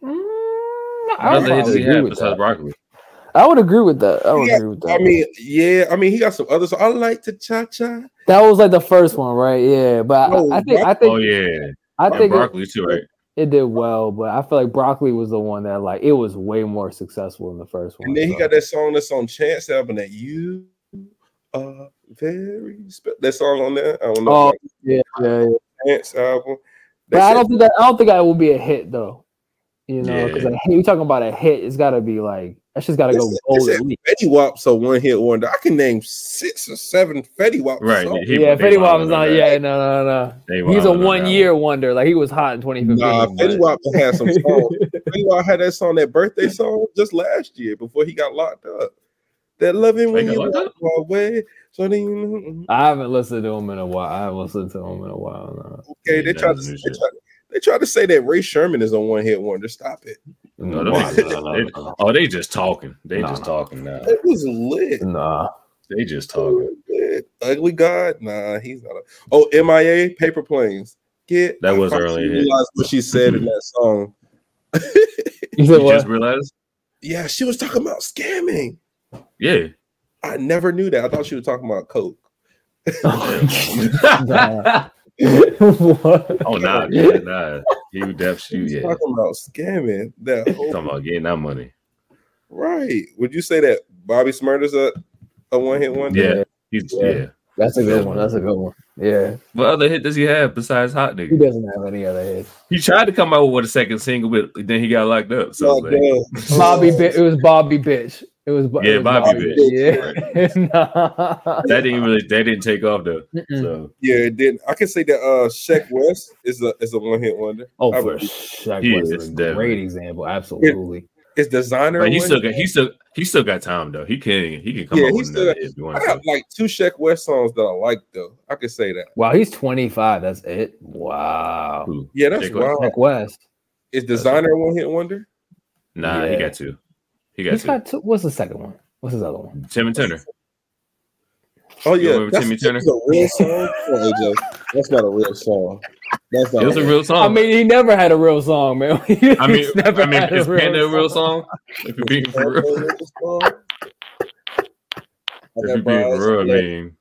Speaker 3: Mm, I
Speaker 2: What other
Speaker 3: would
Speaker 2: hit
Speaker 3: probably
Speaker 2: does he uh,
Speaker 3: agree
Speaker 2: have
Speaker 3: with
Speaker 2: besides
Speaker 3: that.
Speaker 2: broccoli?
Speaker 3: I would agree with that. I would agree with that.
Speaker 1: I mean, yeah, I mean, he got some others. I like to cha cha.
Speaker 2: Oh
Speaker 3: that was like the first one, right? Yeah, but I-
Speaker 1: No,
Speaker 3: I, think I think
Speaker 2: Oh yeah,
Speaker 3: I
Speaker 2: and
Speaker 3: think it,
Speaker 2: broccoli too, right?
Speaker 3: it did well, but I feel like broccoli was the one that like it was way more successful than the first one.
Speaker 1: And then he
Speaker 3: so.
Speaker 1: got that song that's on Chance album that you are very special. That song on there, I don't know.
Speaker 3: Oh,
Speaker 1: about
Speaker 3: yeah, yeah, yeah.
Speaker 1: Chance album.
Speaker 3: But
Speaker 1: That's
Speaker 3: I don't think that I don't think that will be a hit though. You know, because
Speaker 2: Yeah.
Speaker 3: you're talking about a hit, it's got to be like that. Shit's got to go
Speaker 1: Listen,
Speaker 3: gold
Speaker 1: listen,
Speaker 3: at least.
Speaker 1: Fetty Wap, so one hit wonder. I can name six or seven Fetty Wap
Speaker 2: Right.
Speaker 1: songs.
Speaker 2: he-
Speaker 3: yeah, if
Speaker 2: they
Speaker 3: Fetty Wap
Speaker 2: wildin' on
Speaker 3: was not,
Speaker 2: that.
Speaker 3: yeah, no, no, no.
Speaker 2: They wildin'
Speaker 3: He's a
Speaker 2: on that
Speaker 3: one year wonder. Like he was hot in 2015.
Speaker 1: Nah,
Speaker 3: but-
Speaker 1: Fetty Wap had some songs. Fetty Wap had that song, that birthday song, just last year before he got locked up. That loving when
Speaker 2: Wait,
Speaker 1: you
Speaker 2: got locked
Speaker 1: walk
Speaker 2: up?
Speaker 1: away. So then you-
Speaker 3: I haven't listened to him in a while. I haven't listened to him in a while.
Speaker 1: okay,
Speaker 2: Yeah,
Speaker 1: they tried to
Speaker 2: that's new
Speaker 1: they
Speaker 2: shit.
Speaker 1: tried, they tried to say that Ray Sherman is a one hit wonder. Stop it.
Speaker 3: No,
Speaker 2: No, them
Speaker 3: Nah,
Speaker 2: niggas-
Speaker 3: nah,
Speaker 2: they-
Speaker 3: nah,
Speaker 2: Oh, they just talking. They
Speaker 3: Nah,
Speaker 2: just
Speaker 3: nah.
Speaker 2: talking now.
Speaker 1: It was lit.
Speaker 3: nah.
Speaker 2: They just talking.
Speaker 1: Ugly God? Nah, he's not. A... Oh, MIA paper planes. Get
Speaker 2: That was
Speaker 1: I
Speaker 2: early
Speaker 1: finally
Speaker 2: hit.
Speaker 1: Realized what she said in that song.
Speaker 3: You said
Speaker 2: You just
Speaker 3: what?
Speaker 2: realized?
Speaker 1: Yeah, she was talking about scamming.
Speaker 2: Yeah.
Speaker 1: I never knew that. I thought she was talking about coke.
Speaker 2: oh
Speaker 3: What?
Speaker 2: nah, yeah, nah. He would def
Speaker 1: She
Speaker 2: shoot.
Speaker 1: was
Speaker 2: Yeah.
Speaker 1: talking about scamming. That whole
Speaker 2: Talking about getting that money.
Speaker 1: right. Would you say that Bobby Smurder's a a one hit wonder?
Speaker 2: Yeah. He's yeah.
Speaker 3: Yeah. That's a good
Speaker 2: Yeah.
Speaker 3: one. That's a good one. Yeah,
Speaker 2: What other hit does he have besides Hot Nigga?
Speaker 3: he doesn't have any other hits.
Speaker 2: He tried to come out with a second single, but then he got locked up. So
Speaker 1: So
Speaker 2: it's like,
Speaker 3: Bobby, bi- it was Bobby, bitch. It was Bo- it
Speaker 2: Yeah,
Speaker 3: was
Speaker 2: Bobby
Speaker 3: bitch. Yeah,
Speaker 2: that didn't really they didn't take off though.
Speaker 3: Nah.
Speaker 2: So
Speaker 1: yeah, it didn't. I can say that uh Sheck West is a is a one hit wonder.
Speaker 3: Oh,
Speaker 1: I
Speaker 3: for
Speaker 1: would-
Speaker 3: sure.
Speaker 2: He
Speaker 3: West
Speaker 2: is
Speaker 3: is a
Speaker 2: definitely-
Speaker 3: great example. Absolutely.
Speaker 1: It's designer.
Speaker 2: but he
Speaker 1: one
Speaker 2: still
Speaker 1: hit.
Speaker 2: got he still he still got time though. He can he can come
Speaker 1: Yeah,
Speaker 2: up
Speaker 1: he
Speaker 2: with
Speaker 1: still
Speaker 2: another
Speaker 1: got-
Speaker 2: hit if he
Speaker 1: I
Speaker 2: wants to.
Speaker 1: got like two Sheck West songs that I like though. I could say that.
Speaker 3: Wow, he's 25. That's it. Wow.
Speaker 2: Ooh.
Speaker 1: Yeah, that's
Speaker 2: Sheck West?
Speaker 1: wild.
Speaker 3: Like West.
Speaker 1: Is designer a one hit wonder?
Speaker 2: Nah, he
Speaker 3: Yeah.
Speaker 2: got two. He got
Speaker 3: He's
Speaker 2: two.
Speaker 3: got two. What's the second one? What's his other one?
Speaker 2: Tim and Turner.
Speaker 1: Oh
Speaker 2: You
Speaker 1: yeah,
Speaker 2: remember Timmy Turner?
Speaker 1: That's a real song. Come on, AJ. That's not a real song. That's not.
Speaker 2: It was a real song.
Speaker 3: I mean, he never had a real song, man. He's
Speaker 2: Um, I mean,
Speaker 3: never
Speaker 2: I mean,
Speaker 3: had
Speaker 2: is Panda a real song? If you're being for real,
Speaker 1: song.
Speaker 2: if you're being for real, I mean,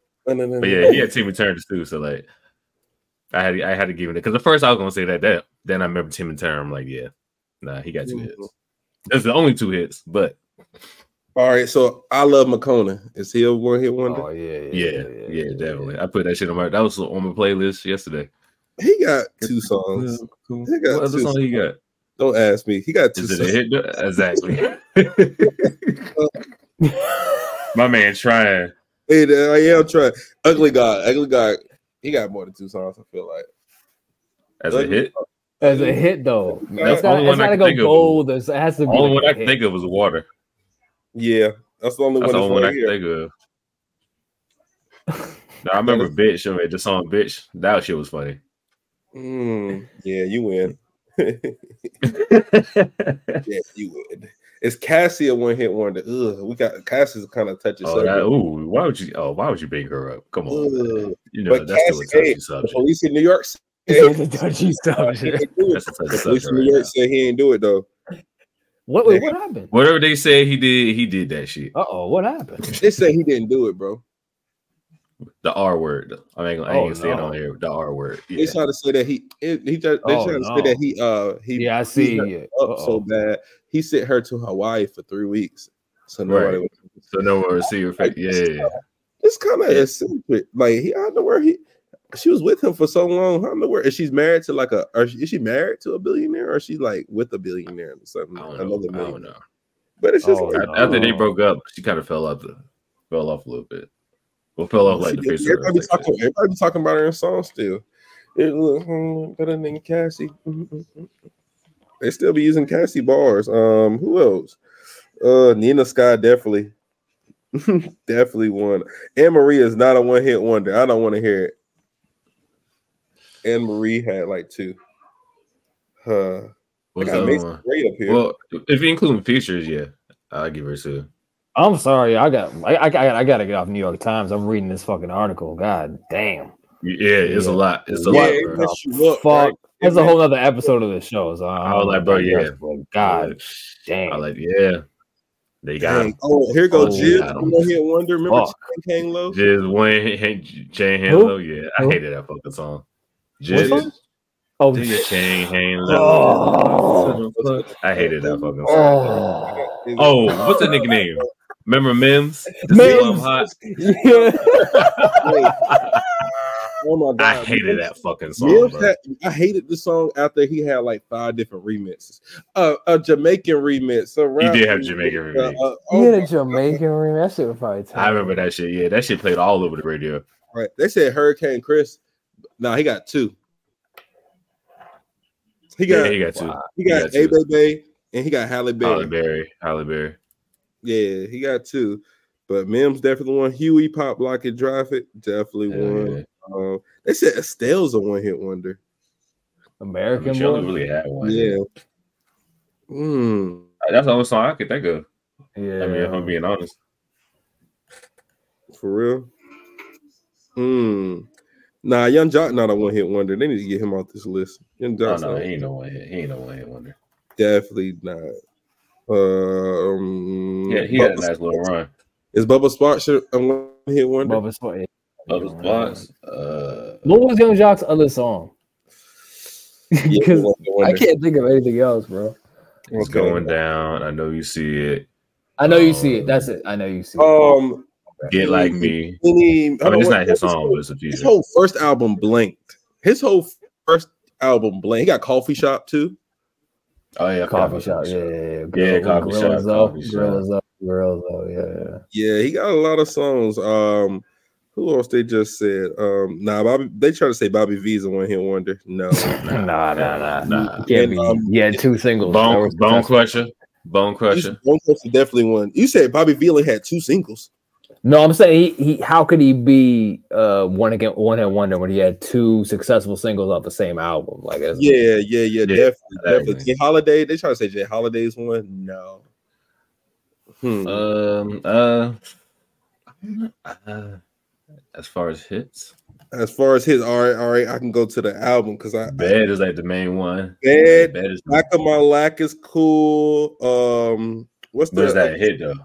Speaker 2: but yeah, he had Timmy Turner too. So like, I had I had to give him it because at first I was gonna say that that then I remember Tim and Turner. I'm like, yeah, nah, he got two
Speaker 1: Mm-hmm.
Speaker 2: hits. That's the only two hits, but
Speaker 1: All right, so I love McCona. Is he a one hit wonder?
Speaker 3: Oh, yeah. Yeah,
Speaker 2: yeah, yeah, definitely. I put that shit on my that was on my playlist yesterday.
Speaker 1: He got two songs. He got
Speaker 2: What other
Speaker 1: two
Speaker 2: song he got?
Speaker 1: Don't ask me. He got two
Speaker 2: Is it a
Speaker 1: songs.
Speaker 2: hit? though? Exactly. my man trying.
Speaker 1: Hey, there, I am trying. Ugly God. Ugly God. He got more than two songs. I feel like.
Speaker 2: As a hit,
Speaker 3: As a hit, though.
Speaker 1: That's
Speaker 3: It's
Speaker 1: the
Speaker 3: got
Speaker 2: only one I
Speaker 3: to
Speaker 2: can
Speaker 3: go
Speaker 2: think of.
Speaker 3: gold. It's- It has to be.
Speaker 2: only
Speaker 3: like
Speaker 2: one
Speaker 3: a
Speaker 2: I can
Speaker 3: hit.
Speaker 2: think of was water.
Speaker 1: Yeah, that's the only
Speaker 2: That's the only
Speaker 1: one.
Speaker 2: one I
Speaker 1: That's
Speaker 2: can
Speaker 1: right
Speaker 2: think of. Nah, I remember bitch. I mean, the song bitch. That shit was funny.
Speaker 1: here. Mm, yeah, you win. yeah, you win. It's Cassie a one hit wonder. Ugh, we got Cassie's kind of touchy
Speaker 2: oh, that,
Speaker 1: subject.
Speaker 2: ooh, why would you? Oh, why would you bring her up? Come on, man.
Speaker 1: Ugh.
Speaker 2: you know
Speaker 1: But
Speaker 2: that's still a
Speaker 1: Cassie,
Speaker 2: touchy
Speaker 1: hey, The
Speaker 2: subject.
Speaker 1: police in New York. Said
Speaker 3: It's a touchy
Speaker 1: he
Speaker 3: subject.
Speaker 1: didn't do it.
Speaker 2: That's a touchy
Speaker 1: The police
Speaker 2: subject.
Speaker 1: in New
Speaker 2: Right
Speaker 1: York
Speaker 2: now.
Speaker 1: said he didn't do it though.
Speaker 3: What, wait, what happened?
Speaker 2: Whatever they said he did, he did that shit.
Speaker 3: Uh oh, what happened?
Speaker 1: They say he didn't do it, bro.
Speaker 2: The R word. I ain't, gonna- I ain't
Speaker 3: Oh,
Speaker 2: gonna say it
Speaker 3: no.
Speaker 2: on here. The R word.
Speaker 1: They
Speaker 2: Yeah.
Speaker 1: try to say that he. It, he just, they
Speaker 3: Oh,
Speaker 1: try to
Speaker 3: no.
Speaker 1: say that he. Uh, he
Speaker 3: Yeah, I see you.
Speaker 1: up so
Speaker 3: Uh-oh.
Speaker 1: bad. He sent her to Hawaii for three weeks. So nobody.
Speaker 2: Right.
Speaker 1: would-
Speaker 2: So no one would see your face. Yeah.
Speaker 1: It's kind of
Speaker 2: Yeah.
Speaker 1: eccentric. Like he, I don't know where he. She was with him for so long. I don't know where. And she's married to like a. Or is she married to a billionaire, or is she like with a billionaire or something?
Speaker 2: I
Speaker 1: I
Speaker 2: don't
Speaker 1: know
Speaker 2: know.
Speaker 1: the
Speaker 2: I
Speaker 1: name.
Speaker 2: don't know.
Speaker 1: But it's just
Speaker 3: Oh,
Speaker 1: like,
Speaker 3: no.
Speaker 2: After they broke up, she kind of fell off the, fell off a little bit. Well, fell off like
Speaker 1: she-
Speaker 2: the face. of her,
Speaker 1: everybody,
Speaker 2: like that.
Speaker 1: talking, everybody be talking about her in songs still. It look mm, better than Cassie. Mm, mm, mm. They still be using Cassie bars. Um, who else? Uh, Nina Sky definitely, definitely one. Anne Marie is not a one hit wonder. I don't want to hear it. Anne Marie had like two. Huh. I
Speaker 2: What's the
Speaker 1: got
Speaker 2: other
Speaker 1: Mason
Speaker 2: one?
Speaker 1: Gray up here.
Speaker 2: Well, if you include features, yeah, I'll give her two.
Speaker 3: I'm sorry. I got I, I, I, I got to get off New York Times. I'm reading this fucking article. God damn.
Speaker 2: Yeah, it's a
Speaker 3: Yeah.
Speaker 2: lot. It's a
Speaker 1: yeah,
Speaker 2: lot.
Speaker 1: it
Speaker 2: Bro.
Speaker 1: messed you up,
Speaker 3: Fuck.
Speaker 1: right?
Speaker 3: That's a whole other episode of the show. So I
Speaker 2: I was like, bro, yeah.
Speaker 3: God damn.
Speaker 2: I like, yeah, They got
Speaker 1: Dang. Oh, here go
Speaker 3: Oh,
Speaker 1: Jib.
Speaker 2: yeah.
Speaker 1: You know he had Wonder. Remember
Speaker 3: Fuck.
Speaker 1: Chain Gang Low?
Speaker 2: Jizz Wayne, Chain
Speaker 3: Who?
Speaker 2: Hanlow. Yeah, I
Speaker 3: Who?
Speaker 2: hated that fucking song.
Speaker 3: What
Speaker 2: Jizz,
Speaker 3: song? Oh,
Speaker 2: nigga, Chain Hanlow.
Speaker 3: oh,
Speaker 2: I hated that fucking song.
Speaker 3: oh.
Speaker 2: Oh, what's that nigga name? Remember Mims? The
Speaker 3: Mims.
Speaker 2: Slim Hot?
Speaker 3: Yeah.
Speaker 1: Wait. oh my god!
Speaker 2: I hated that fucking song.
Speaker 1: Mims
Speaker 2: bro.
Speaker 1: had, I hated the song after he had like five different remixes. Uh, a Jamaican remix. A rap
Speaker 2: did have
Speaker 1: remix,
Speaker 2: Jamaican
Speaker 1: uh,
Speaker 2: remix.
Speaker 1: uh,
Speaker 3: He
Speaker 1: oh
Speaker 3: had
Speaker 1: my
Speaker 3: a Jamaican ring. That shit was probably.
Speaker 2: I
Speaker 3: terrible.
Speaker 2: remember that shit. Yeah, that shit played all over the radio.
Speaker 1: Right. They said Hurricane Chris. No, he got two. He
Speaker 2: Yeah,
Speaker 1: got
Speaker 2: he got two.
Speaker 3: Wow.
Speaker 1: he got,
Speaker 2: he
Speaker 1: A
Speaker 2: got
Speaker 1: Bay Bay and he got Halle
Speaker 2: Halle
Speaker 1: Berry.
Speaker 2: Berry. Halle Berry.
Speaker 1: yeah, he got two. But Mims definitely won. Huey Pop Lock and Drive It definitely
Speaker 2: Hell
Speaker 1: won.
Speaker 2: yeah.
Speaker 1: Um, they said Estelle's a one hit wonder.
Speaker 2: I mean,
Speaker 3: American
Speaker 2: she only
Speaker 3: boy.
Speaker 2: really had one.
Speaker 1: Yeah. Hmm.
Speaker 2: That's the only song I could think of.
Speaker 3: Yeah.
Speaker 2: I mean, if I'm being honest.
Speaker 1: For real. Hmm. Nah, Young Jock not a one hit wonder. They need to get him off this list. Young
Speaker 2: No,
Speaker 1: Jock's
Speaker 2: Oh, no,
Speaker 1: not-
Speaker 2: he ain't no one hit. He ain't no one hit wonder.
Speaker 1: definitely not. Um,
Speaker 2: Yeah, he
Speaker 1: Bubba
Speaker 2: had a nice little run.
Speaker 1: Is Bubba Sparks a one hit wonder?
Speaker 3: Bubba Spark- yeah.
Speaker 2: Other spots. Uh,
Speaker 3: What was Young Jock's other song?
Speaker 1: Yeah,
Speaker 3: Because
Speaker 1: one hit wonder.
Speaker 3: I can't think of anything else, bro.
Speaker 2: it's
Speaker 1: Okay.
Speaker 2: going down. I know you see it.
Speaker 3: I know you see it. That's it. I know you see it.
Speaker 1: Um,
Speaker 2: Get like me.
Speaker 1: any,
Speaker 2: I mean, it's not his
Speaker 1: whole-
Speaker 2: song, but it's a
Speaker 1: His
Speaker 2: feature.
Speaker 1: whole first album blanked. His whole first album blanked. He got Coffee Shop too.
Speaker 2: Oh yeah,
Speaker 3: coffee shop. Yeah, yeah, yeah.
Speaker 2: Yeah, coffee shop,
Speaker 3: gorillas Up,
Speaker 2: coffee shop.
Speaker 3: Gorillas up. Gorillas up. Yeah. yeah.
Speaker 1: Yeah, he got a lot of songs. Um, who else they just said? Um, nah, Bobby. They try to say Bobby V's a one hit wonder. No,
Speaker 3: Nah, nah, nah,
Speaker 2: nah.
Speaker 3: Can't
Speaker 1: And,
Speaker 3: be.
Speaker 1: um,
Speaker 3: yeah, two singles. That
Speaker 2: Bone,
Speaker 3: was
Speaker 2: bone
Speaker 3: successful.
Speaker 2: crusher. Bone crusher.
Speaker 1: Bone Crusher definitely one. You said Bobby V only had two singles.
Speaker 3: No, I'm saying he, he. How could he be uh one again one hit wonder when he had two successful singles off the same album? Like, it's-
Speaker 1: Yeah, yeah, yeah, definitely, definitely.
Speaker 2: exactly.
Speaker 1: Jay Holiday, they try to say Jay Holiday's one. No. Hmm.
Speaker 2: Um. Uh, uh. As far as hits,
Speaker 1: as far as his, all right, all right, I can go to the album because I, I
Speaker 2: bad is like the main one.
Speaker 1: Bad.
Speaker 2: Bad is.
Speaker 1: Black of My Lack is cool. Um, what's the,
Speaker 2: But is that a hit though?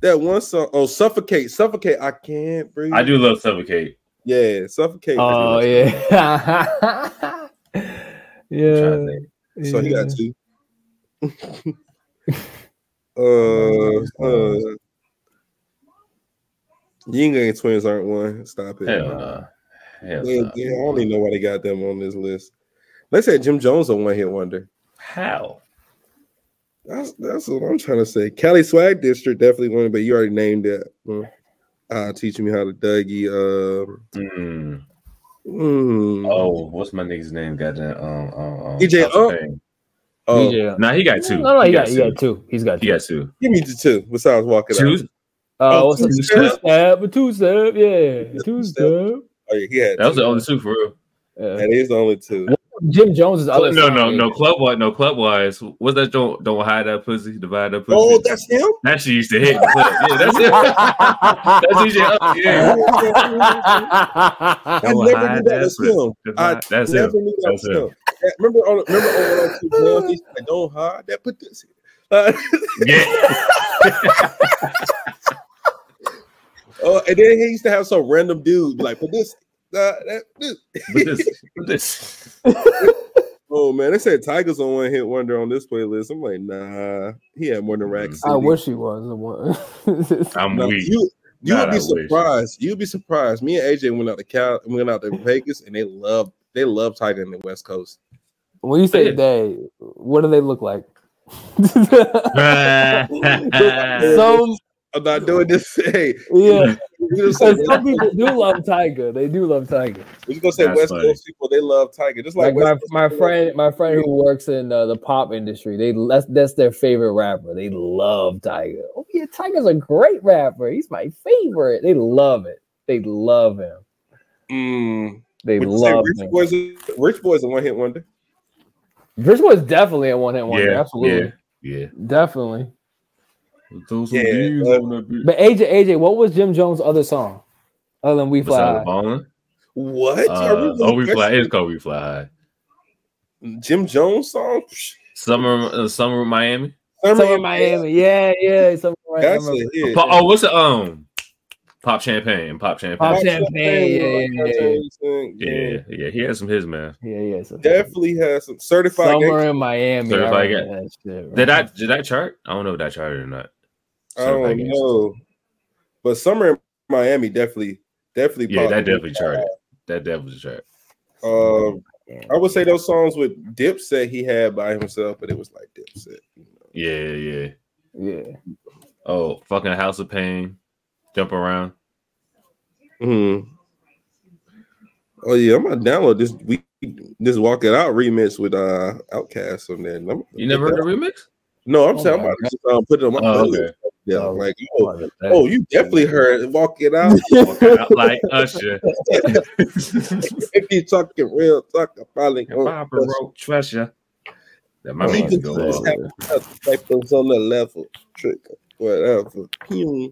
Speaker 1: that one song? Oh, suffocate, suffocate. I can't breathe.
Speaker 2: I do love suffocate.
Speaker 1: Yeah, suffocate.
Speaker 3: Oh yeah.
Speaker 2: trying
Speaker 3: yeah.
Speaker 2: to think.
Speaker 1: So he got
Speaker 3: yeah.
Speaker 1: two. uh, uh, Ying Yang twins aren't one. Stop it.
Speaker 2: Hell no. Hell
Speaker 1: Yeah,
Speaker 2: no.
Speaker 1: yeah, I don't even know why they got them on this list. They said Jim Jones a one hit wonder.
Speaker 2: How?
Speaker 1: That's that's what I'm trying to say. Cali Swag District definitely won, but you already named that. Mm. Uh, teaching me how to Dougie. Uh,
Speaker 2: Mm.
Speaker 1: mm.
Speaker 2: Oh, what's my nigga's name? Got that? Um, um, um,
Speaker 1: DJ
Speaker 2: House of
Speaker 1: Up?
Speaker 2: Pain.
Speaker 1: Oh,
Speaker 3: Yeah.
Speaker 2: Nah, he got two.
Speaker 3: No, no, Oh, he, got,
Speaker 2: two.
Speaker 3: he got two. He's got
Speaker 2: He
Speaker 3: two.
Speaker 2: got two.
Speaker 1: give me the two besides walking out.
Speaker 2: Two.
Speaker 3: Uh,
Speaker 1: Oh,
Speaker 3: what's
Speaker 1: two
Speaker 3: up?
Speaker 1: step?
Speaker 3: Two step, a two step, yeah, two step.
Speaker 1: Oh, yeah, he had
Speaker 2: That was
Speaker 1: two.
Speaker 2: the only two for real.
Speaker 3: Yeah.
Speaker 1: that is the only two.
Speaker 3: Jim Jones is other.
Speaker 2: no,
Speaker 3: song
Speaker 2: no,
Speaker 3: is-
Speaker 2: no. Club wise, no club wise. What's that? Don't don't hide that pussy. Divide that pussy.
Speaker 1: Oh, that's him.
Speaker 2: that shit used to hit. The club. Yeah, that's it. That's DJ Up. Yeah.
Speaker 1: I never
Speaker 2: Don't
Speaker 1: knew
Speaker 2: hide
Speaker 1: that
Speaker 2: that
Speaker 1: was
Speaker 2: pussy.
Speaker 1: him. I
Speaker 2: Divide- That's
Speaker 1: never
Speaker 2: it.
Speaker 1: knew that
Speaker 2: That's
Speaker 1: was
Speaker 2: him.
Speaker 1: him. Yeah, Remember, on, remember, on when I took drugs, he said, "Don't hide that." Put this. Uh,
Speaker 2: Yeah.
Speaker 1: oh, and then he used to have some random dude be like, "Put this." Uh, that, this.
Speaker 2: But this, but this.
Speaker 1: Oh man, they said Tiger's on one hit wonder on this playlist. I'm like, nah, he had more than Rack
Speaker 2: Mm.
Speaker 1: City.
Speaker 3: I wish he was the one.
Speaker 2: I'm
Speaker 1: No,
Speaker 2: weak.
Speaker 1: you you
Speaker 2: God,
Speaker 1: would be
Speaker 2: I wish.
Speaker 1: surprised. You'd be surprised. Me and AJ went out to Cal, went out to Vegas, and they love they love Tiger in the West Coast.
Speaker 3: when you
Speaker 2: Yeah.
Speaker 3: say they, what do they look like? Some,
Speaker 1: I'm not doing this. Hey,
Speaker 3: yeah,
Speaker 1: we just say,
Speaker 3: 'cause some people do love Tiger. They do love Tiger.
Speaker 1: we just gonna say
Speaker 2: That's
Speaker 1: West
Speaker 2: funny.
Speaker 1: Coast people. They love Tiger, just like,
Speaker 3: Like my,
Speaker 1: West Coast
Speaker 3: my
Speaker 1: people
Speaker 3: friend, my friend who works in uh, the pop industry, they that's, that's their favorite rapper. They love Tiger. Oh yeah, Tiger's a great rapper. He's my favorite. They love it. They love him.
Speaker 1: love- Mm.
Speaker 3: They
Speaker 1: Would you say
Speaker 3: love
Speaker 1: Rich
Speaker 3: him.
Speaker 1: Boys? is- Rich Boys a one hit wonder.
Speaker 3: Rich Boy's definitely a one hit wonder.
Speaker 2: yeah,
Speaker 3: Absolutely,
Speaker 2: yeah, yeah.
Speaker 3: definitely.
Speaker 2: Throw some
Speaker 1: Yeah,
Speaker 2: D's
Speaker 1: uh,
Speaker 2: on that bitch.
Speaker 3: But AJ, AJ, what was Jim Jones' other song? Other than We Fly
Speaker 2: Besides
Speaker 3: High?
Speaker 2: balling,
Speaker 1: What? Are
Speaker 2: uh,
Speaker 1: really
Speaker 2: oh, we fly.
Speaker 1: questioning
Speaker 2: It's called we fly high.
Speaker 1: Jim Jones song.
Speaker 2: Summer, uh, summer in Miami.
Speaker 3: Summer, in Miami. Yeah, yeah. yeah summer right.
Speaker 1: That's it. Yeah.
Speaker 2: Po- oh, what's the um? Pop champagne, pop champagne.
Speaker 3: Pop champagne. Yeah,
Speaker 1: like
Speaker 3: yeah,
Speaker 1: I
Speaker 3: yeah.
Speaker 1: told you,
Speaker 2: yeah, yeah. He has some his man.
Speaker 3: Yeah, yeah. So
Speaker 1: Definitely has some certified.
Speaker 3: Somewhere
Speaker 1: gangster.
Speaker 3: in Miami. I
Speaker 2: Certified
Speaker 3: remember that shit, right?
Speaker 2: Did I did I chart? I don't know if that charted or not.
Speaker 1: I don't
Speaker 2: Certified
Speaker 1: know, but summer in Miami definitely, definitely.
Speaker 2: Yeah, that
Speaker 1: popped.
Speaker 2: definitely charted. That definitely charted.
Speaker 1: Um,
Speaker 3: Yeah.
Speaker 1: I would say those songs with Dipset he had by himself, but it was like Dipset. you know.
Speaker 2: Yeah, yeah.
Speaker 3: Yeah.
Speaker 2: Oh, fucking House of Pain, jump around.
Speaker 1: Mm-hmm. Oh yeah, I'm gonna download this week this walk it out remix with uh Outcast on there. and I'm-
Speaker 2: You never heard the remix?
Speaker 1: No, I'm
Speaker 3: Oh
Speaker 1: saying I'm
Speaker 3: my
Speaker 1: about to just, um, put it on my
Speaker 2: Oh,
Speaker 1: playlist.
Speaker 2: okay.
Speaker 1: Yeah,
Speaker 3: Oh,
Speaker 1: like oh, oh, you definitely heard walk it out.
Speaker 2: Out like Usher.
Speaker 1: if you talking real talk, I probably
Speaker 2: Papa
Speaker 1: gonna
Speaker 2: wrote treasure. That might
Speaker 1: Oh,
Speaker 2: need to
Speaker 1: that's
Speaker 2: go
Speaker 1: nice.
Speaker 2: off.
Speaker 1: like those on the level trick, whatever. Hmm.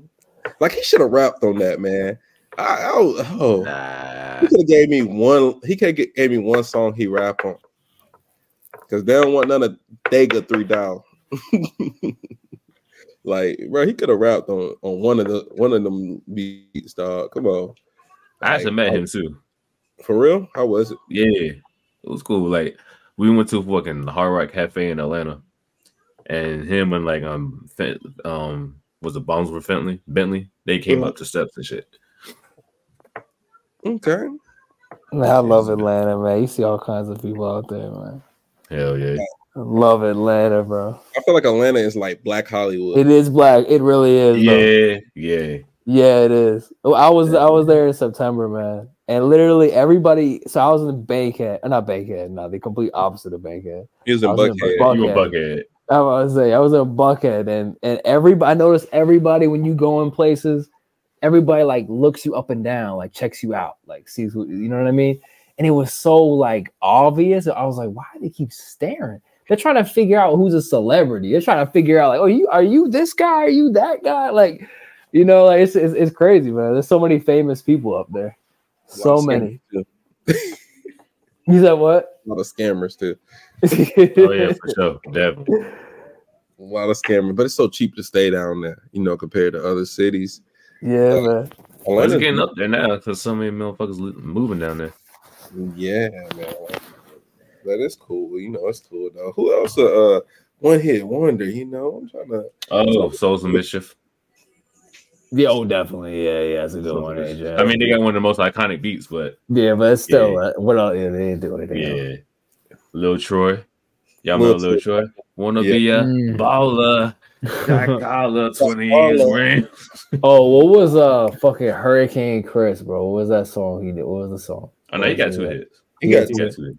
Speaker 1: Like he should have rapped on that, man. I, I was- oh. He
Speaker 2: Nah.
Speaker 1: could have gave me one. He could have gave me one song he rap on. Cause they don't want none of Dega three down. like, bro, he could have rapped on on one of the one of them beats, dog. Come on,
Speaker 2: I actually met him too.
Speaker 1: for real. How was it?
Speaker 2: Yeah, it was cool. Like we went to fucking Hard Rock Cafe in Atlanta, and him and like um Fen- um was it Bones with Bentley? Bentley? They came up the steps and shit.
Speaker 1: Okay,
Speaker 3: Man, I love Atlanta, man. You see all kinds of people out there, man.
Speaker 2: Hell yeah.
Speaker 3: I love Atlanta, bro.
Speaker 1: I feel like Atlanta is like Black Hollywood.
Speaker 3: It is black. It really is. Yeah,
Speaker 2: Yeah, yeah.
Speaker 3: yeah, it is. Oh, I was I was there in September, man, and literally everybody. So I was in Bankhead, uh, not Bankhead, no, the complete opposite of Bankhead.
Speaker 1: He was in
Speaker 3: I was in
Speaker 1: Buckhead.
Speaker 3: Buck-
Speaker 2: You a
Speaker 3: Buckhead.
Speaker 2: buckhead.
Speaker 3: I was gonna say I was in Buckhead, and and everybody. I noticed everybody when you go in places, everybody like looks you up and down, like checks you out, like sees who you know what I mean. And it was so like obvious. I was like, why do they keep staring? They're trying to figure out who's a celebrity. They're trying to figure out like, oh, you are you this guy? Are you that guy? Like, you know, like it's it's, it's crazy, man. There's so many famous people up there. So
Speaker 1: Lot of
Speaker 3: many.
Speaker 1: scammers, too.
Speaker 3: You said what?
Speaker 1: A lot of scammers too.
Speaker 2: Oh yeah, for sure. Definitely.
Speaker 1: A lot of scammers, but it's so cheap to stay down there, you know, compared to other cities.
Speaker 3: yeah, man.
Speaker 2: Well, it's
Speaker 1: Atlanta's-
Speaker 2: getting up there now because so many motherfuckers li- moving down there.
Speaker 1: Yeah, man. That is cool. You know, it's cool though. Who else? Uh, one hit wonder. You know, I'm trying to.
Speaker 2: Oh, Souls of Mischief.
Speaker 3: Yeah, oh, definitely. Yeah, yeah, that's a good one. AJ.
Speaker 2: I mean, they got one of the most iconic beats, but
Speaker 3: Yeah, but it's still uh, what else? Yeah, they didn't do anything. else.
Speaker 2: yeah. Lil Troy. Y'all
Speaker 1: Lil
Speaker 2: know Lil Troy? Wanna be a
Speaker 3: Mm.
Speaker 2: baller. Got dollar 20 years
Speaker 1: Baller.
Speaker 2: ring.
Speaker 3: Oh, what was uh fucking Hurricane Chris, bro? What was that song he did? What was the song?
Speaker 2: Oh, no, you got two hits.
Speaker 1: He got
Speaker 2: You got two hits.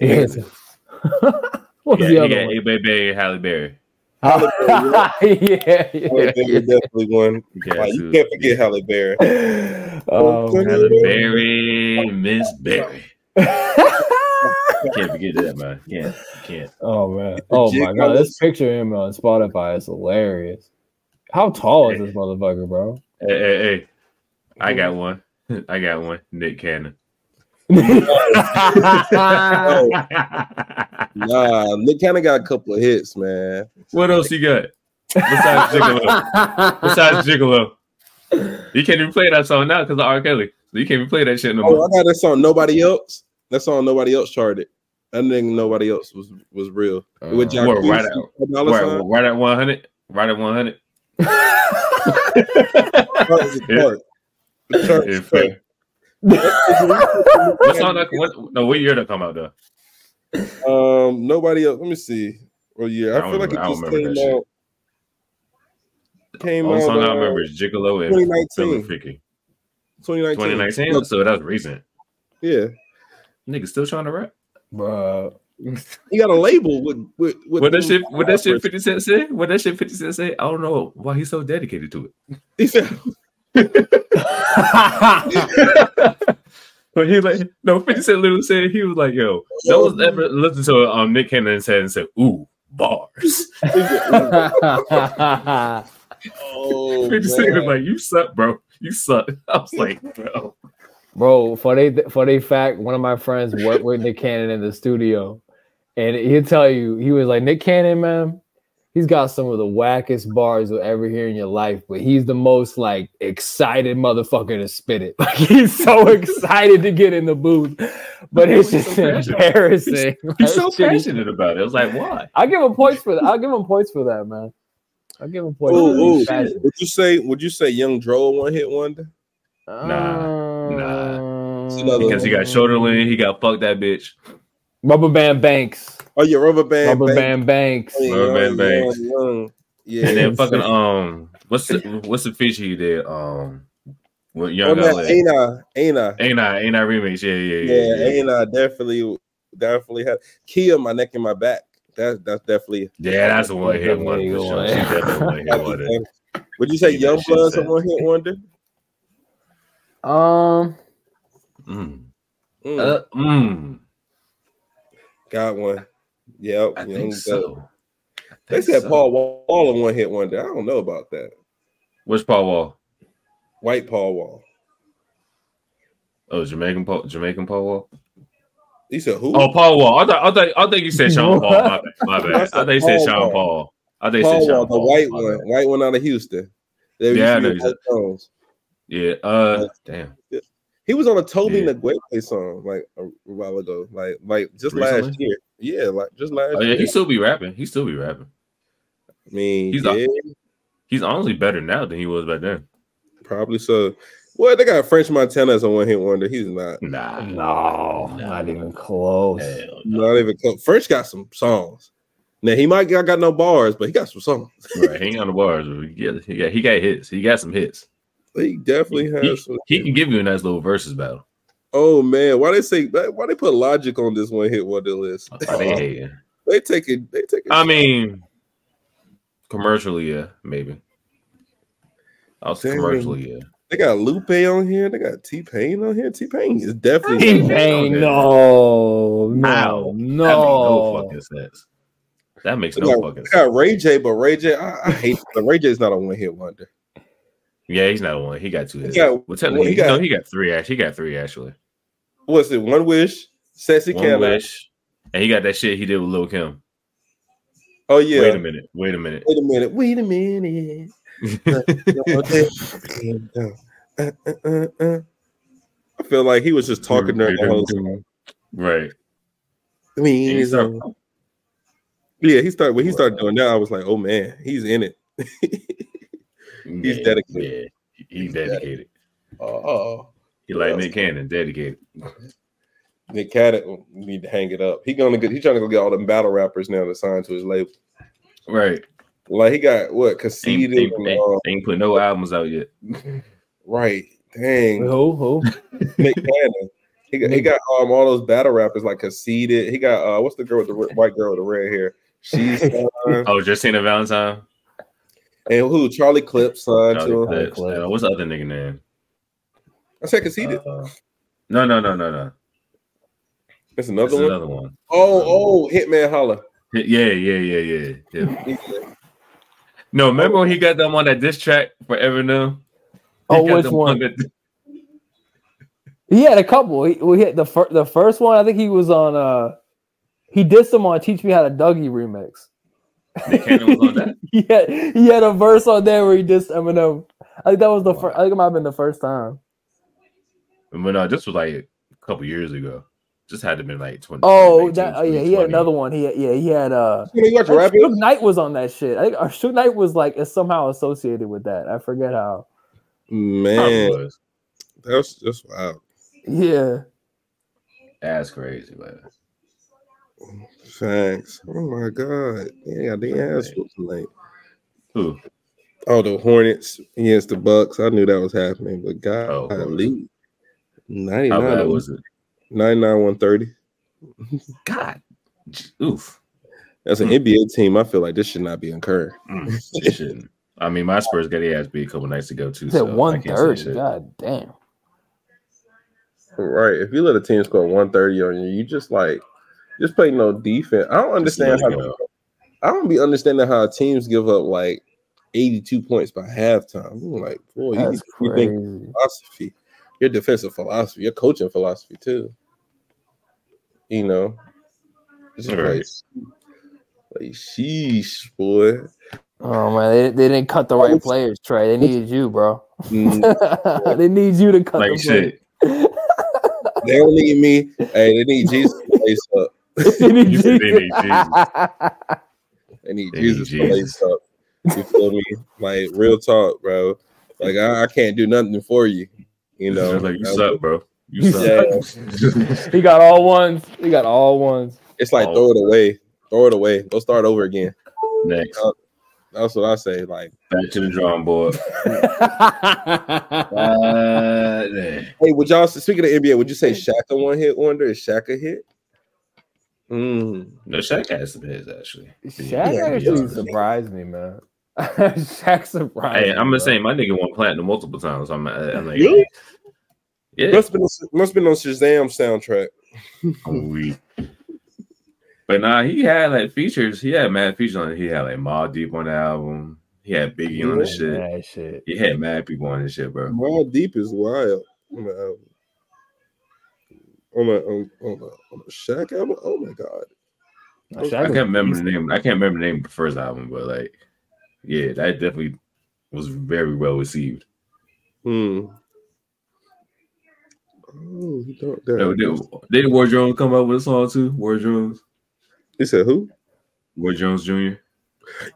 Speaker 3: Yes. what
Speaker 2: Yeah,
Speaker 3: was
Speaker 2: he
Speaker 3: the
Speaker 2: got
Speaker 3: other one?
Speaker 2: A Baby Halle Berry.
Speaker 3: yeah, yeah,
Speaker 1: Alabama definitely one.
Speaker 2: You got
Speaker 1: Like, you
Speaker 2: two.
Speaker 1: can't forget Halle Berry.
Speaker 3: yeah. Um,
Speaker 2: Halle Berry, Miss Berry. Can't forget that, man. Can't, can't.
Speaker 3: oh man. Oh my god, this picture of him on Spotify is hilarious. How tall is this motherfucker, bro?
Speaker 2: Hey, hey, hey. I got one. I got one. Nick Cannon.
Speaker 1: Oh. Nah, Nick kind of got a couple of hits, man.
Speaker 2: what else you got besides Gigolo? Besides Gigolo, you can't even play that song now because of R. Kelly. So you can't even play that shit no
Speaker 1: Oh, I
Speaker 2: more.
Speaker 1: got that song. Nobody else. That song. Nobody else charted. I think nobody else was was real. With
Speaker 2: Uh,
Speaker 1: Jacquees,
Speaker 2: right out.
Speaker 1: dollar
Speaker 2: Right,
Speaker 1: sign,
Speaker 2: right at one hundred. Right at one hundred.
Speaker 1: that was a chart. The chart was
Speaker 2: Yeah.
Speaker 1: great.
Speaker 2: What song? That, what, no, what year that come out though?
Speaker 1: Um, nobody else. Let me see. Oh yeah, I,
Speaker 2: I don't
Speaker 1: feel like it
Speaker 2: remember- I
Speaker 1: just
Speaker 2: don't
Speaker 1: came
Speaker 2: remember that shit.
Speaker 1: out. Came
Speaker 2: Only
Speaker 1: out.
Speaker 2: song I
Speaker 1: uh,
Speaker 2: remember is Gigolo and
Speaker 1: 2019.
Speaker 2: Feeling Freaky.
Speaker 1: 2019.
Speaker 2: 2019. So that was recent.
Speaker 1: Yeah,
Speaker 2: Nigga still trying to rap.
Speaker 3: bro.
Speaker 1: he got a label with with with
Speaker 2: What that
Speaker 1: them-
Speaker 2: shit? What that shit? Fifty Cent said. What that shit? Fifty Cent said. I don't know why he's so dedicated to it.
Speaker 1: He said,
Speaker 2: But he like no 50 Cent literally said he was like, yo, no one's ever listened to um Nick Cannon's head and said, ooh, bars.
Speaker 1: "Oh,
Speaker 2: 50
Speaker 1: uh,
Speaker 2: Cent was
Speaker 1: man.
Speaker 2: like, you suck, bro. You suck. I was like, bro.
Speaker 3: Bro, for they for they fact, one of my friends worked with Nick Cannon in the studio, and he'll tell you he was like Nick Cannon, man. he's got some of the wackest bars you'll ever hear in your life, but he's the most like excited motherfucker to spit it. Like he's so excited to get in the booth, but it's
Speaker 2: He's
Speaker 3: just
Speaker 2: so passionate.
Speaker 3: embarrassing.
Speaker 2: He's so
Speaker 3: That shit is-
Speaker 2: passionate about it. I was like, why?
Speaker 3: I give him points for that. I'll give him points for that, man. I'll give him
Speaker 1: Ooh,
Speaker 3: points. for that.
Speaker 1: ooh.
Speaker 3: He's passionate.
Speaker 1: Would you say? Would you say Young Dro one hit wonder?
Speaker 2: Nah, nah.
Speaker 3: Uh,
Speaker 1: It's another
Speaker 2: Because he got shoulder lean, he got fuck that bitch.
Speaker 3: Rubber band banks.
Speaker 1: Oh yeah, rubber band.
Speaker 3: Rubber
Speaker 1: Banks.
Speaker 3: band banks.
Speaker 1: Young,
Speaker 2: Rubber
Speaker 1: Young,
Speaker 2: Band Banks.
Speaker 1: Young. Yeah.
Speaker 2: And then fucking um, what's the what's the feature he did? Um, with
Speaker 1: On
Speaker 2: Young
Speaker 1: that,
Speaker 2: LA.
Speaker 1: ain't I? Ain't I?
Speaker 2: Ain't I? Ain't I remakes? Yeah, yeah, yeah.
Speaker 1: Yeah,
Speaker 2: yeah.
Speaker 1: ain't I? Definitely, definitely have Kia my neck and my back. That's that's definitely.
Speaker 2: Yeah, that's a one hit one for sure. She definitely one hit wonder.
Speaker 1: Would you say
Speaker 2: Yeah,
Speaker 1: Young
Speaker 2: that shit
Speaker 1: Blood's a
Speaker 2: sad.
Speaker 1: one hit wonder?
Speaker 3: Um,
Speaker 2: Mm.
Speaker 1: Mm,
Speaker 2: Uh, mm.
Speaker 1: got one. Yep.
Speaker 2: I
Speaker 1: Young
Speaker 2: think
Speaker 1: Blood.
Speaker 2: so. I
Speaker 1: They
Speaker 2: think
Speaker 1: said
Speaker 2: so.
Speaker 1: Paul Wall Wall a one hit wonder. I don't know about that.
Speaker 2: Which Paul Wall?
Speaker 1: White Paul Wall.
Speaker 2: Oh, Jamaican Paul. Jamaican Paul Wall.
Speaker 1: He said who?
Speaker 2: Oh, Paul Wall. I thought. I thought. I think you said Sean Paul. My bad. My bad. I
Speaker 1: That's
Speaker 2: thought you
Speaker 1: Paul
Speaker 2: said
Speaker 1: Wall.
Speaker 2: Sean Paul. I think you said
Speaker 1: Paul
Speaker 2: Sean
Speaker 1: Wall, the
Speaker 2: Paul.
Speaker 1: white
Speaker 2: My
Speaker 1: one,
Speaker 2: bad.
Speaker 1: white one out of Houston. They used
Speaker 2: Yeah, I
Speaker 1: to
Speaker 2: know
Speaker 1: be
Speaker 2: he's
Speaker 1: Mike Jones.
Speaker 2: Yeah. Uh. Damn.
Speaker 1: He was on a Toby
Speaker 2: Yeah.
Speaker 1: Nagweke song like a while ago, like like just last
Speaker 2: Recently?
Speaker 1: year. Yeah, like just last
Speaker 2: Oh yeah.
Speaker 1: year.
Speaker 2: He still be rapping. He still be rapping.
Speaker 1: I mean,
Speaker 2: he's a-
Speaker 1: yeah,
Speaker 2: He's honestly better now than he was back then.
Speaker 1: probably so. Well, they got French Montana as a one hit wonder. He's not.
Speaker 2: Nah.
Speaker 3: no, not even close.
Speaker 2: Hell no.
Speaker 1: Not even close. French got some songs. Now he might got, got no bars, but he got some songs.
Speaker 2: Right, hang on the bars. Yeah, he got, he got hits. He got some hits.
Speaker 1: He definitely
Speaker 2: He-
Speaker 1: has. some-
Speaker 2: He can give you a nice little versus battle.
Speaker 1: oh man, why they say? Why they put logic on this one hit wonder list?
Speaker 2: Are they hating?
Speaker 1: They take it. They take it.
Speaker 2: I mean, commercially, yeah, maybe. I'll say
Speaker 1: Dang.
Speaker 2: commercially, yeah.
Speaker 1: They got Lupe on here. They got T Pain on here. T Pain is definitely
Speaker 3: T Pain, no, no,
Speaker 2: Ow.
Speaker 3: no.
Speaker 2: That makes
Speaker 3: Oh.
Speaker 2: no fucking sense. That makes no
Speaker 1: Like,
Speaker 2: fucking
Speaker 1: They
Speaker 2: sense.
Speaker 1: got Ray J, but Ray J, I, I hate him. Ray J is not a one hit wonder.
Speaker 2: Yeah, he's not one. He got two hits.
Speaker 1: got-
Speaker 2: well,
Speaker 1: well,
Speaker 2: technically,
Speaker 1: he
Speaker 2: he no,
Speaker 1: got-
Speaker 2: he got three. Actually, he got three actually.
Speaker 1: What's it? One Wish, Sassy
Speaker 2: One
Speaker 1: Cat.
Speaker 2: wish, and he got that shit he did with Lil Kim.
Speaker 1: Oh yeah.
Speaker 2: Wait a minute. Wait a minute.
Speaker 1: Wait a minute. Wait a minute. Uh, uh, uh, uh. I feel like he was just talking during the whole song.
Speaker 2: Right.
Speaker 1: I mean,
Speaker 2: And he
Speaker 1: he's,
Speaker 2: start-
Speaker 1: um, yeah, he started when he started doing that. I was like, oh man, he's in it.
Speaker 2: Yeah,
Speaker 1: dedicated.
Speaker 2: Yeah, he's dedicated.
Speaker 1: Oh,
Speaker 2: He like
Speaker 1: Yeah.
Speaker 2: Nick Cannon, dedicated.
Speaker 1: Nick Caddick uh, need to hang it up. He gonna get. He trying to go get all them battle rappers now to sign to his label.
Speaker 2: Right.
Speaker 1: Like he got what
Speaker 2: Ain't,
Speaker 1: conceded.
Speaker 2: ain't,
Speaker 1: and,
Speaker 2: ain't,
Speaker 1: uh,
Speaker 2: ain't put no albums out yet.
Speaker 1: Right. Dang.
Speaker 3: Who? Who?
Speaker 1: Nick Cannon. He got, he got um, all those battle rappers like conceited. He got uh, what's the girl with the re- white girl with the red hair? She's son,
Speaker 2: Oh, Justina Valentine.
Speaker 1: and who Charlie Clip signed
Speaker 2: Charlie
Speaker 1: to him.
Speaker 2: Clips.
Speaker 3: Clips.
Speaker 2: Uh, what's the other nigga name?
Speaker 1: I said conceited.
Speaker 2: Uh, no, no, no, no, no.
Speaker 1: That's
Speaker 2: That's
Speaker 1: another one.
Speaker 2: another one.
Speaker 1: Oh, oh, Hitman Holla.
Speaker 2: Yeah, yeah, yeah, yeah, yeah.
Speaker 1: Yeah.
Speaker 2: No, remember when he got them on that diss track forever now?
Speaker 3: Oh, which one? He had a couple. He, we hit the fir- the first one. I think he was on. uh He did some on "Teach Me How to Dougie" remix.
Speaker 2: Nick Cannon was on that.
Speaker 3: he had he had a verse on there where he dissed Eminem. I think that was the first. I think it might have been the first time.
Speaker 2: But no, uh, this was like a couple years ago. Just had to been like twenty.
Speaker 3: Oh,
Speaker 2: 19,
Speaker 3: that. Oh yeah, he had
Speaker 2: 20.
Speaker 3: another one. He had, yeah, he had uh.
Speaker 1: You watch
Speaker 3: Shook
Speaker 1: rap?
Speaker 3: Knight was on that shit. I think uh, Shook Knight was like is somehow associated with that. I forget how.
Speaker 2: Probably
Speaker 1: Man,
Speaker 2: was.
Speaker 1: that's just wow.
Speaker 3: Yeah.
Speaker 2: That's crazy, man.
Speaker 1: Thanks. Oh my god. Yeah, they ass whooped tonight.
Speaker 2: Who?
Speaker 1: Oh, the Hornets against the Bucks. I knew that was happening, but God,
Speaker 2: Oh, Hornets.
Speaker 1: golly.
Speaker 2: How
Speaker 1: 99
Speaker 2: bad was it?
Speaker 1: 99 130.
Speaker 2: God, oof.
Speaker 1: That's an
Speaker 2: Hmm.
Speaker 1: NBA team. I feel like this should not be incurring.
Speaker 2: Mm, it shouldn't. I mean, my Spurs got their ass beat a couple nights ago too.
Speaker 3: It's at
Speaker 2: So
Speaker 3: one
Speaker 2: one
Speaker 3: thirty. God damn.
Speaker 1: Right. If you let a team score 130 on you, you just like just play no defense. I don't understand
Speaker 2: uh,
Speaker 1: how I don't be understanding how teams give up like 82 points by halftime. I'm like, boy, you
Speaker 3: That's
Speaker 1: need to rethink your
Speaker 3: crazy.
Speaker 1: philosophy, your defensive philosophy, your coaching philosophy too. You know, It's just
Speaker 2: Right.
Speaker 1: like, Like, sheesh, boy.
Speaker 4: Oh man, they, they didn't cut the right players, Trey. They needed you, bro.
Speaker 1: Mm,
Speaker 4: they need you to cut
Speaker 2: Like
Speaker 4: the players.
Speaker 2: shit.
Speaker 1: They don't need me. Hey, they need Jesus to lace up.
Speaker 4: they need
Speaker 2: You
Speaker 4: you.
Speaker 2: said they need
Speaker 1: They need
Speaker 2: They need
Speaker 1: Jesus to
Speaker 2: Jesus.
Speaker 1: lace up. You feel me? Like real talk, bro. Like I, I can't do nothing for you. You know,
Speaker 2: Just like you suck, bro. You
Speaker 4: You
Speaker 2: suck.
Speaker 4: he got all ones. He got all ones.
Speaker 1: it's
Speaker 2: Oh.
Speaker 1: like throw it away, throw it away. Go start over again.
Speaker 2: Next,
Speaker 1: That's what I say. Like,
Speaker 2: back to the drawing board.
Speaker 3: Nah,
Speaker 2: Uh, yeah.
Speaker 1: hey, would y'all speaking of NBA? Would you say Shaq a one hit wonder? Is Shaq a hit? Mm.
Speaker 2: no, Shaq has some hits actually.
Speaker 4: Shaq
Speaker 1: Yeah,
Speaker 4: actually
Speaker 1: yeah.
Speaker 4: surprised me, man. Shaq surprised.
Speaker 2: Hey,
Speaker 4: me,
Speaker 2: I'm
Speaker 4: bro.
Speaker 2: just saying, my nigga won platinum multiple times. I'm, uh, I'm like,
Speaker 1: Really?
Speaker 2: yeah,
Speaker 1: Must been must been on Shazam soundtrack.
Speaker 2: I'm weak. But nah, he had like features. He had mad features on. it. He had like Mob Deep on the album. He had Biggie on the
Speaker 1: Yeah.
Speaker 2: shit.
Speaker 4: That shit.
Speaker 2: He had mad people on this shit, bro.
Speaker 1: Wild Deep is wild. On the album. On the on, on, the- on the Shaq album. Oh my god.
Speaker 4: Now,
Speaker 2: I
Speaker 4: Shaq
Speaker 2: can't
Speaker 4: was
Speaker 2: remember the
Speaker 4: beast.
Speaker 2: name. I can't remember the name of the first album, but like, yeah, that definitely was very well received.
Speaker 1: Hmm. Oh, he don't.
Speaker 2: Yo,
Speaker 1: That.
Speaker 2: Did, did War Jones come up with a song too? War Jones,
Speaker 1: He said who?
Speaker 2: War Jones Jr.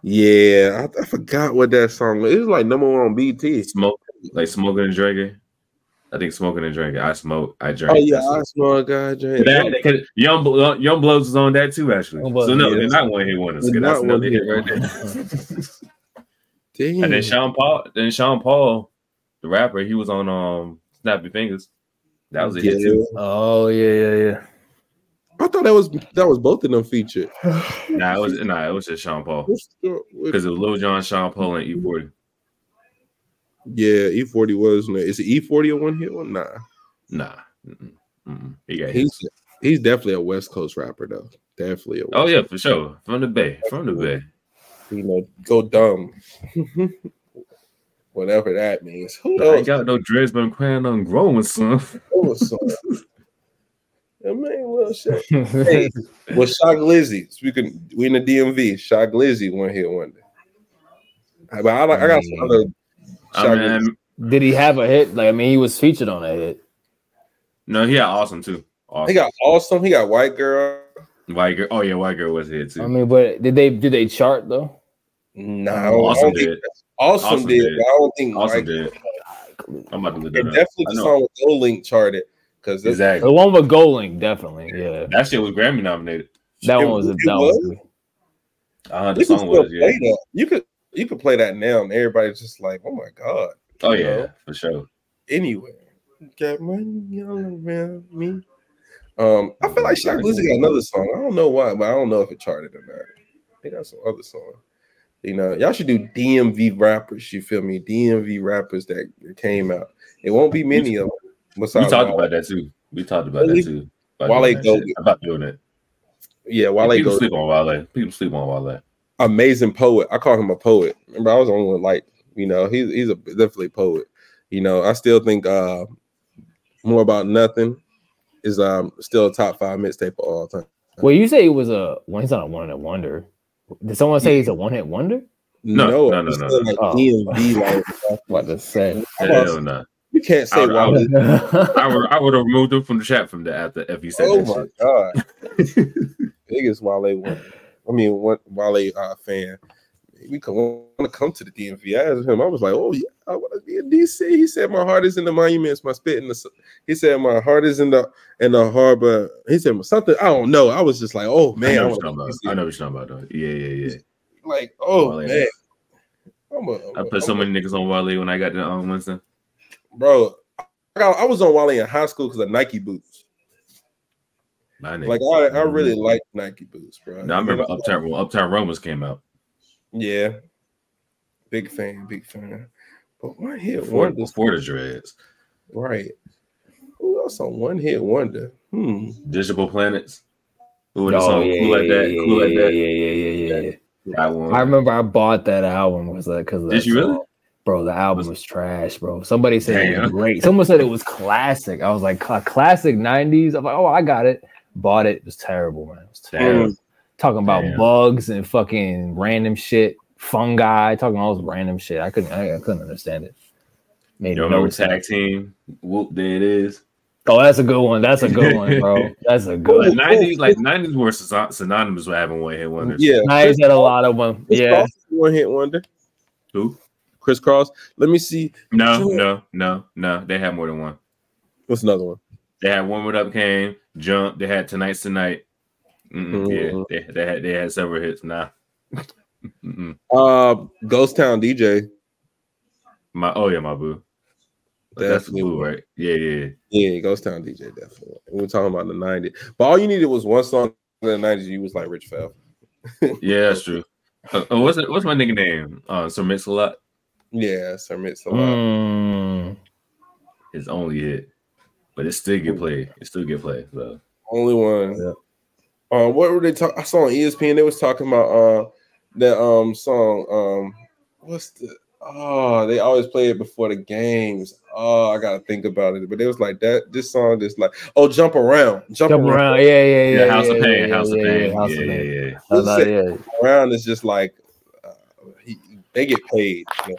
Speaker 1: Yeah, I, I forgot what that song was. It was like number one on BT.
Speaker 2: Smoke, like smoking and drinking. I think smoking and drinking. I smoke. I drink.
Speaker 1: Oh yeah,
Speaker 2: That's
Speaker 1: I
Speaker 2: it.
Speaker 1: smell God Jam.
Speaker 2: That, cause Young Blo- Young Bloods was on that too, actually.
Speaker 4: Young Bloods,
Speaker 2: so no,
Speaker 1: yeah.
Speaker 2: they're not one hit wonders.
Speaker 1: They're
Speaker 2: That's
Speaker 1: not
Speaker 2: another hit right
Speaker 1: one-hit
Speaker 2: there.
Speaker 1: Damn.
Speaker 2: and then Sean Paul, then Sean Paul, the rapper, he was on um Snappy Fingers. That was a hit too.
Speaker 4: Oh yeah, yeah,
Speaker 1: I thought that was that was both of them featured.
Speaker 2: Nah, it was nah, it was just Sean Paul
Speaker 1: What's the- what-
Speaker 2: because it was Lil Jon, Sean Paul, and E E40.
Speaker 1: Yeah, E forty was. in there. Is it E forty a one hit one? Nah,
Speaker 2: Nah, mm-mm, mm-mm. he got hit.
Speaker 1: he's he's definitely a West Coast rapper though. Definitely. A West
Speaker 2: Oh yeah, for sure. From the Bay, from the Bay.
Speaker 1: you know, go dumb, whatever that means. Who
Speaker 2: I ain't
Speaker 1: else?
Speaker 2: got no dreads, but I'm crying on growing son.
Speaker 1: Who was so- I mean, well, shit.
Speaker 4: yeah.
Speaker 1: Hey, well, Shock Lizzy. Speaking, we in the DMV. Shock Lizzy one hit wonder. But I like. I got some other.
Speaker 2: I
Speaker 1: Shock
Speaker 2: mean,
Speaker 1: Lizzy.
Speaker 3: Did he have a hit? Like, I mean, he was featured on a hit.
Speaker 2: no, he got awesome too.
Speaker 1: He
Speaker 2: Awesome.
Speaker 1: got awesome. He got white girl.
Speaker 2: White girl. Oh yeah, white girl was here too.
Speaker 4: I mean, but did they did they chart though?
Speaker 1: Nah, I don't- I
Speaker 2: Oh, Awesome
Speaker 1: don't think
Speaker 2: did.
Speaker 1: Awesome,
Speaker 2: Awesome
Speaker 1: did,
Speaker 2: did.
Speaker 1: but I don't think
Speaker 2: Awesome
Speaker 1: like,
Speaker 2: did. I'm about to look
Speaker 1: it
Speaker 2: that up.
Speaker 1: definitely
Speaker 2: I
Speaker 1: the
Speaker 2: know.
Speaker 1: song with Go Link charted because
Speaker 2: Exactly.
Speaker 3: The one with Goling, definitely. Yeah,
Speaker 2: That shit was Grammy nominated.
Speaker 3: that one was a
Speaker 1: It
Speaker 3: that
Speaker 1: was?
Speaker 3: one. was-
Speaker 2: Uh, the
Speaker 1: you can
Speaker 2: song
Speaker 1: still
Speaker 2: was, yeah.
Speaker 1: play that. You could you could play that now, and everybody's just like, oh my god,
Speaker 2: Oh yeah, for sure.
Speaker 1: anywhere. Got money all around me. Um, I feel like
Speaker 2: Mm,
Speaker 1: Shaq Lizzy got another song. I don't know why, but I don't know if it charted or not. They got some other song. You know, y'all should do DMV rappers. You feel me? DMV rappers that came out. It won't be many of them.
Speaker 2: We
Speaker 1: besides
Speaker 2: talked
Speaker 1: Wale.
Speaker 2: about that too. We talked about that
Speaker 1: Really?
Speaker 2: too. About
Speaker 1: Wale
Speaker 2: doing that
Speaker 1: go-
Speaker 2: shit. about doing it.
Speaker 1: Yeah, while they
Speaker 2: People
Speaker 1: go
Speaker 2: sleep on Wale. People sleep on Wale.
Speaker 1: amazing poet. I call him a poet. Remember, I was the only one like you know he's he's a definitely poet. You know, I still think uh more about nothing is um still a top five mixtape of all time.
Speaker 3: Well, you say he was a. Well, he's not a one hit wonder. Did someone say he's a one hit wonder?
Speaker 2: No, no,
Speaker 1: I'm
Speaker 2: no, no,
Speaker 1: saying,
Speaker 2: no.
Speaker 1: like,
Speaker 3: Oh.
Speaker 1: DMV, like,
Speaker 3: What to say?
Speaker 1: I'm not-
Speaker 2: Hell nah.
Speaker 1: you can't say
Speaker 2: I would- I
Speaker 1: Wale.
Speaker 2: would- I would I would have removed him from the chat from the after if he said
Speaker 1: Oh
Speaker 2: that
Speaker 1: my
Speaker 2: shit.
Speaker 1: god, biggest Wale one. I mean, one Wale uh, fan. We come want to come to the DMV. I asked him. I was like, "Oh yeah, I want to be in DC." He said, "My heart is in the monuments. My spit in the." s-" He said, "My heart is in the in the harbor." He said something. I don't know. I was just like, "Oh man,
Speaker 2: I know
Speaker 1: I
Speaker 2: what you're
Speaker 1: wanna
Speaker 2: talking
Speaker 1: go
Speaker 2: about.
Speaker 1: see
Speaker 2: I
Speaker 1: it."
Speaker 2: know what you're talking about. Though. Yeah, yeah, yeah.
Speaker 1: Like, oh
Speaker 2: Wale.
Speaker 1: man, I'm a, I'm
Speaker 2: I
Speaker 1: a-
Speaker 2: put so
Speaker 1: I'm a-
Speaker 2: many niggas on Wale when I got to um, Winston.
Speaker 1: bro. I, got- I was on Wale in high school because of Nike boots.
Speaker 2: My nigga.
Speaker 1: Like, I, I really like Nike boots, bro.
Speaker 2: Now, I remember Uptown when Uptown Romans came out.
Speaker 1: Yeah. Big fan, big fan. But one hit
Speaker 2: Before,
Speaker 1: wonder,
Speaker 2: before the dreads.
Speaker 1: right? Who else on one hit wonder? Hmm.
Speaker 2: Digital Planets. Who would have
Speaker 3: Oh
Speaker 2: song
Speaker 3: yeah,
Speaker 2: cool like
Speaker 3: yeah,
Speaker 2: that?
Speaker 3: yeah,
Speaker 2: cool like
Speaker 3: yeah,
Speaker 2: that.
Speaker 3: yeah, yeah, yeah, yeah,
Speaker 2: That one.
Speaker 3: I remember I bought that album was that because
Speaker 2: Did you really?
Speaker 3: Bro, the album was trash, bro. Somebody said it
Speaker 2: Damn.
Speaker 3: was great. Someone said it was classic. I was like, "Cla- classic '90s. I'm like, oh, I got it. Bought it. It was terrible, man. It was terrible.
Speaker 2: Damn.
Speaker 3: talking about Damn. bugs and fucking random shit, fungi, talking all this random shit. I couldn't, I, I couldn't understand it.
Speaker 2: Made you remember no tag team? Whoop, there it is.
Speaker 3: Oh, that's a good one. That's a good one, bro. That's a good.
Speaker 2: Nineties, like nineties, were synonymous with having one hit wonders.
Speaker 3: Yeah, nineties had a lot of them. Chris yeah,
Speaker 1: one hit wonder.
Speaker 2: Who?
Speaker 1: Chris Cross. Let me see.
Speaker 2: No, no, no, no. They had more than one.
Speaker 1: What's another one?
Speaker 2: They had one what up came jump. They had tonight's tonight. Mm-mm, mm-hmm. Yeah, they, they, had they had several hits. Nah.
Speaker 1: uh, Ghost Town DJ.
Speaker 2: My oh yeah, my boo. Like that's blue, right? Yeah, yeah,
Speaker 1: yeah. Ghost Town DJ, definitely. We're talking about the '90s, but all you needed was one song in the '90s. You was like Rich Fell.
Speaker 2: yeah, that's true. Uh, what's it, what's my nigga name? Uh, Sir Mix a lot.
Speaker 1: Yeah, Sir Mix a lot. Mm.
Speaker 2: His only hit, but it still get played. It still get played. So.
Speaker 1: Only one. Yeah. Uh, what were they talking? I saw on E ESPN they was talking about uh that um song um what's the Oh, they always play it before the games. Oh, I gotta think about it. But it was like that. This song is like, oh, jump around,
Speaker 3: jump, jump around. around. Yeah, yeah, yeah, yeah.
Speaker 2: House yeah, of Pain, yeah, House yeah, of Pain, House yeah, of Pain. Yeah, yeah. Oh,
Speaker 1: no, yeah. Around is just like uh, he, they get paid. You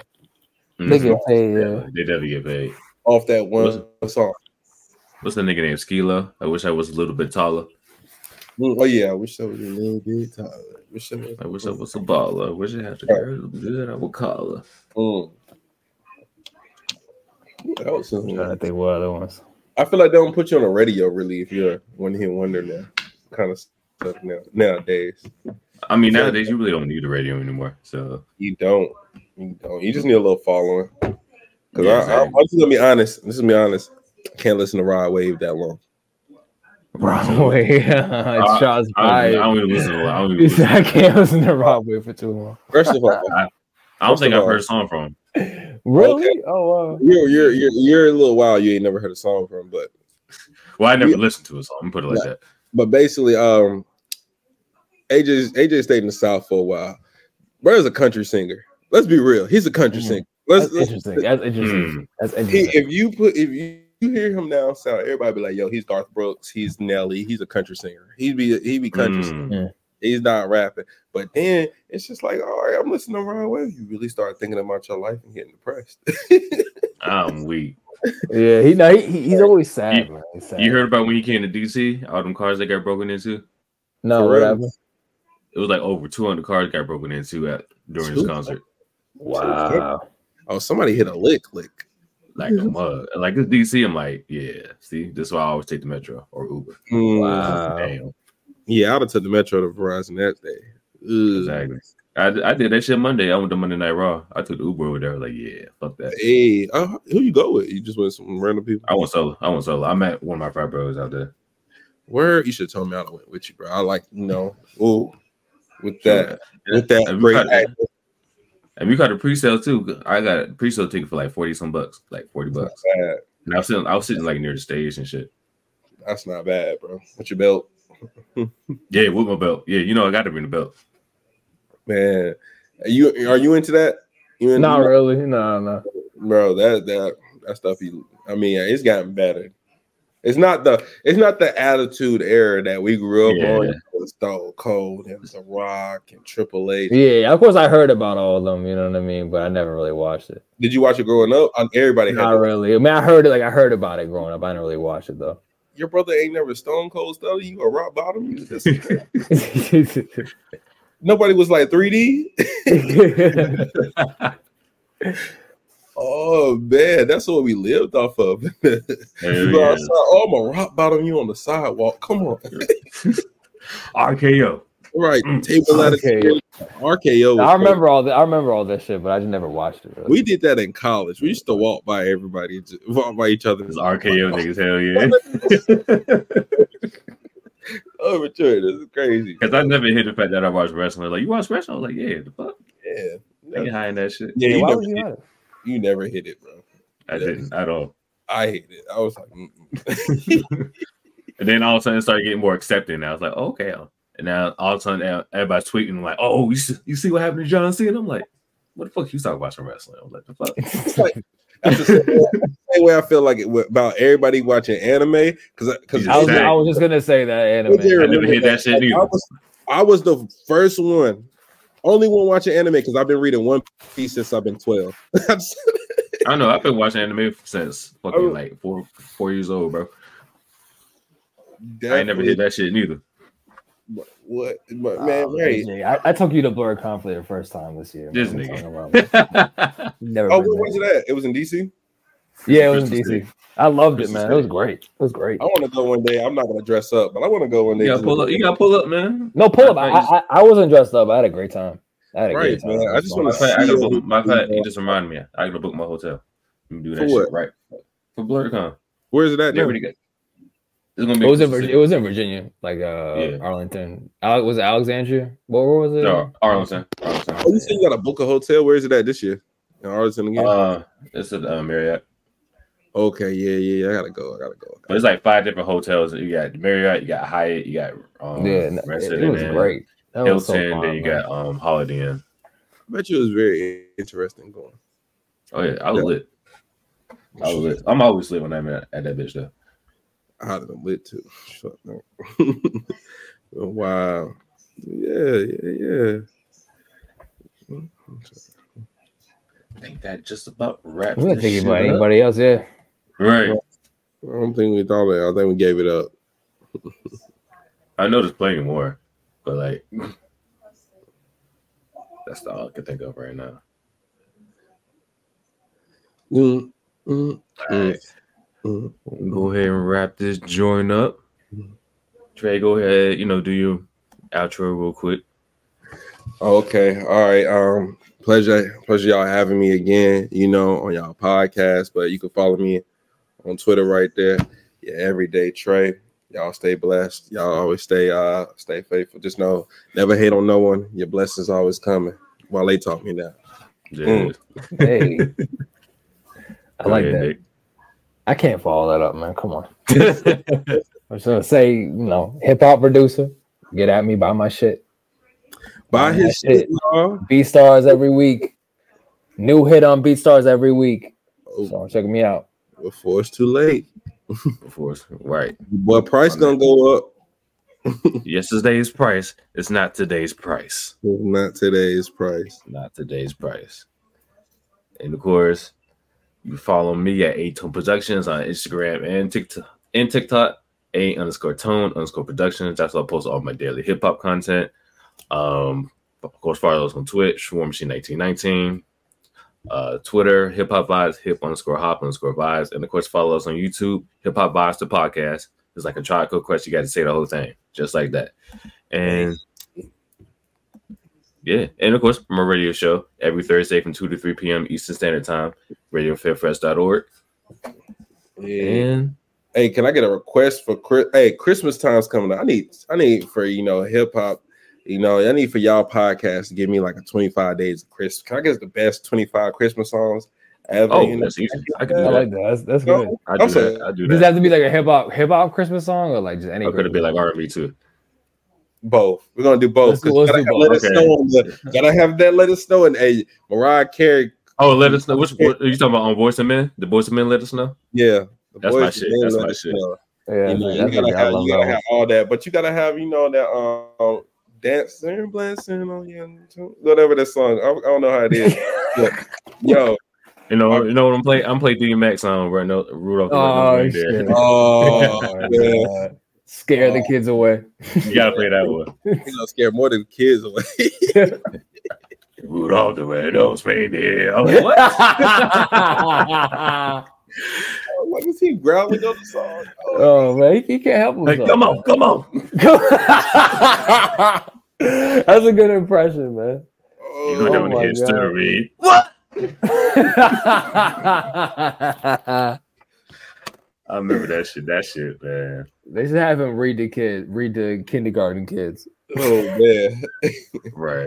Speaker 4: know? They get paid. Yeah.
Speaker 2: Mm-hmm. They definitely get paid
Speaker 1: off that one
Speaker 2: what's,
Speaker 1: song.
Speaker 2: What's the nigga named Skilo? I wish I was a little bit taller.
Speaker 1: Oh yeah, I wish I was a little bit taller.
Speaker 2: I wish I was, I wish I was a baller. I wish I had a girl good. I would call her. Mm.
Speaker 3: That was something. I think what other ones.
Speaker 1: I feel like they don't put you on the radio really if you're one hit wonder now, kind of stuff now nowadays.
Speaker 2: I mean, nowadays you really don't need the radio anymore. So
Speaker 1: you don't, you don't. You just need a little following. Because yeah, exactly. I, I, I'm just gonna be honest. This is me honest. I can't listen to Rod Wave that long.
Speaker 3: Broadway. it's Charles
Speaker 2: I, I, don't even listen to. I, don't even listen
Speaker 3: I can't listen to Broadway for too long.
Speaker 1: First of all, I,
Speaker 2: I don't think I've heard a song from
Speaker 3: him. Really? Okay. Oh wow.
Speaker 1: You're, you're you're you're a little while you ain't never heard a song from, but
Speaker 2: well, I never yeah. listened to a song. I'm put it like yeah. that.
Speaker 1: But basically, um, AJ AJ stayed in the South for a while. Bro's a country singer. Let's be real. He's a country mm. singer.
Speaker 3: Let's, That's let's, interesting. That's
Speaker 2: Hmm.
Speaker 3: interesting. Mm. That's interesting.
Speaker 1: He, if you put if you you hear him now sound, everybody be like, "Yo, he's Garth Brooks, he's Nelly, he's a country singer. He'd be he be country mm.
Speaker 2: hmm.
Speaker 1: yeah. He's not rapping." But then it's just like, all right, I'm listening to Ron Wave. You really start thinking about your life and getting depressed.
Speaker 2: I'm weak.
Speaker 3: Yeah, he no, he, he's always sad,
Speaker 2: you,
Speaker 3: he's sad,
Speaker 2: you, heard about when he came to DC? All them cars that got broken into.
Speaker 3: No, what happened?
Speaker 2: It was like over 200 cars got broken into at during his concert.
Speaker 3: Wow.
Speaker 1: Oh, somebody hit a lick, lick
Speaker 2: like a mug. Like this DC, I'm like, yeah. See, this is why I always take the metro or Uber.
Speaker 1: Wow. Damn. Yeah, I'd have took the metro to Verizon that day.
Speaker 2: Ugh. Exactly. I, I did that shit Monday. I went to Monday Night Raw. I took the Uber over there. Like, yeah, fuck that.
Speaker 1: Hey, uh, who you go with? You just went some random people.
Speaker 2: I went solo. I went solo. I met one of my frat bros out there.
Speaker 1: Where you should tell me I went with you, bro. I like you know, ooh, with that, yeah. with that great.
Speaker 2: And we got a pre-sale too. I got a pre-sale ticket for like forty some bucks, like forty bucks. And I was sitting, I was sitting like near the stage and shit.
Speaker 1: That's not bad, bro. With your belt.
Speaker 2: yeah, with my belt. Yeah, you know I got to bring the belt.
Speaker 1: Man, are you are you into that? You into
Speaker 3: not that? really, no, no,
Speaker 1: bro. That that that stuff. You, I mean, it's gotten better. It's not the it's not the attitude era that we grew up yeah. on. It Stone Cold and The Rock and Triple H.
Speaker 3: Yeah, of course I heard about all of them. You know what I mean, but I never really watched it.
Speaker 1: Did you watch it growing up? Uh, Everybody
Speaker 3: not really. I mean, I heard it like I heard about it growing up. I didn't really watch it though.
Speaker 1: Your brother ain't never Stone Cold stuff. You a rock bottom. Nobody was like 3D. Oh man, that's what we lived off of. Yeah, yeah. oh, I'm a rock bottom you on the sidewalk. Come on.
Speaker 2: RKO.
Speaker 1: Right. Mm. Table RKO. RKO
Speaker 3: I remember cool. all that. I remember all this shit, but I just never watched it. Really.
Speaker 1: We did that in college. We used to walk by everybody, walk by each other.
Speaker 2: It's RKO niggas, hell
Speaker 1: yeah. oh, mature. This is crazy.
Speaker 2: Because I never hit the fact that I watched wrestling. Like, you watch wrestling? I was like, yeah, the fuck?
Speaker 1: Yeah.
Speaker 2: They high in that shit.
Speaker 1: Yeah, yeah you why was you high? you never hit it, bro.
Speaker 2: I didn't at all.
Speaker 1: I hit it. I was like,
Speaker 2: and then all of a sudden, it started getting more accepted. I was like, oh, okay. And now all of a sudden, everybody's tweeting like, "Oh, you see, you see what happened to John Cena?" I'm like, "What the fuck you talking about some wrestling?" I'm like, "The fuck."
Speaker 1: It's like, that's the same way, same way I feel like it about everybody watching anime because because
Speaker 3: I, was, I was just gonna say that anime.
Speaker 2: I never hit that, that shit either.
Speaker 1: I was, I I was the first one, only one watching anime because I've been reading One Piece since I've been twelve.
Speaker 2: I know I've been watching anime since fucking oh. like four four years old, bro. Definitely. I ain't never hit that shit neither.
Speaker 1: What, what but man, oh,
Speaker 3: right. I, I, took you to Blur Conflict the first time this year.
Speaker 2: This nigga.
Speaker 1: never oh, where was it at? It was in DC.
Speaker 3: Yeah, it was in DC. I loved it, man. It was great. It was great.
Speaker 1: I want to go one day. I'm not gonna dress up, but I want to go one day.
Speaker 2: You gotta pull up. You gotta pull up, man.
Speaker 3: No, pull up. I, I, I wasn't dressed up. I had a great time. I had a
Speaker 1: right, great time. Man. I just want
Speaker 2: to. I gotta book my. Flight, you just reminded me. I gotta book my hotel. I'm do that shit right for BlurCon.
Speaker 1: Where is it at?
Speaker 2: Yeah, pretty good.
Speaker 3: It's gonna be it was in Virginia, it was in Virginia, like uh yeah. Arlington. Ale- was it Alexandria? What, where was it?
Speaker 2: No, Arlington. Arlington.
Speaker 1: Oh, you said you got to book a hotel. Where is it at this year? In Arlington again?
Speaker 2: Uh, it's at uh, Marriott.
Speaker 1: Okay, yeah, yeah, yeah. I gotta go. I gotta go.
Speaker 2: But it's like five different hotels. You got Marriott, you got Hyatt, you got um,
Speaker 3: yeah, no, it, it was great.
Speaker 2: That Hilton, was so fun, then you man. got um Holiday Inn.
Speaker 1: I bet you it was very interesting going.
Speaker 2: Oh yeah, I was yeah. lit. I was lit. I'm always lit when I'm at, at that bitch though.
Speaker 1: I'd have been lit too. Fuck no. wow. Yeah, yeah,
Speaker 2: yeah. I think that just about wraps.
Speaker 3: I'm not thinking about anybody else, yeah.
Speaker 2: Right.
Speaker 1: I don't think we thought that. I think we gave it up.
Speaker 2: I know there's plenty more, but like that's all I can think of right now.
Speaker 1: Mm, mm,
Speaker 2: all right. Mm. Go ahead and wrap this joint up. Trey, go ahead, you know, do your outro real quick.
Speaker 1: Okay. All right. Um, pleasure, pleasure y'all having me again, you know, on y'all podcast. But you can follow me on Twitter right there. Yeah, everyday Trey. Y'all stay blessed. Y'all always stay uh stay faithful. Just know never hate on no one. Your blessings always coming. While they talk me now.
Speaker 2: Yeah. Mm.
Speaker 3: Hey. I like ahead, that. Nick. I can't follow that up, man. Come on. I'm just gonna say, you know, hip hop producer, get at me, buy my shit.
Speaker 1: Buy, buy his shit. shit.
Speaker 3: Beat stars every week. New hit on Beat Stars every week. So check me out.
Speaker 1: Before it's too late.
Speaker 2: Before it's right.
Speaker 1: Boy, price gonna go up.
Speaker 2: Yesterday's price. It's not today's price.
Speaker 1: It's not today's price.
Speaker 2: Not today's price. And of course, you follow me at A Tone Productions on Instagram and TikTok and TikTok, A underscore tone underscore productions. That's where I post all my daily hip hop content. Um, of course, follow us on Twitch, War Machine 1919, uh, Twitter, hip hop vibes, hip underscore hop underscore vibes, and of course, follow us on YouTube, hip hop vibes the podcast. It's like a triangle quest, you got to say the whole thing, just like that. And yeah, and of course, my radio show every Thursday from 2 to 3 p.m. Eastern Standard Time, radiofairfest.org.
Speaker 1: Yeah. And hey, can I get a request for Chris? Hey, Christmas time's coming up. I need, I need for you know, hip hop, you know, I need for y'all podcast to give me like a 25 days of Christmas. Can I get the best 25 Christmas songs? Ever,
Speaker 2: oh, you know? that's easy. I, can do I
Speaker 3: like that. That's, that's no, good.
Speaker 2: I do, that. I do that.
Speaker 3: Does that have to be like a hip hop hip hop Christmas song or like just any?
Speaker 2: Or could it be like R and B too?
Speaker 1: both. We're gonna do both.
Speaker 3: Let's, let's
Speaker 1: gotta,
Speaker 3: do both.
Speaker 1: Let okay. us know. Gotta have that. Let us know. And hey, Mariah Carey.
Speaker 2: Oh, let us know. Which what, are you talking about on Voice of Men? The Voice of Men. Let us know.
Speaker 1: Yeah,
Speaker 2: that's my shit. That's my shit. Know.
Speaker 1: Yeah, you, know, you gotta, have, you gotta have all that, but you gotta have you know that um uh, dancing, blessing on you, oh, whatever that song. I, I, don't know how it is. yo,
Speaker 2: you know, you know what I'm playing. I'm playing DMX on right now. Rudolph.
Speaker 3: Oh,
Speaker 1: shit. oh yeah.
Speaker 3: Scare
Speaker 1: Oh.
Speaker 3: the kids away.
Speaker 2: You gotta play that one.
Speaker 1: you know, scare more than kids away.
Speaker 2: Rudolph the red nose reindeer. I'm like, what?
Speaker 1: What is he growling on the song?
Speaker 3: Oh, oh man, he, he can't help himself.
Speaker 2: Hey, come on, come on.
Speaker 3: That's a good impression, man.
Speaker 2: Oh, You're doing oh history.
Speaker 3: God.
Speaker 2: What? I remember that shit. That shit, man.
Speaker 3: They should have him read the kid, read the kindergarten kids.
Speaker 1: Oh man,
Speaker 2: right.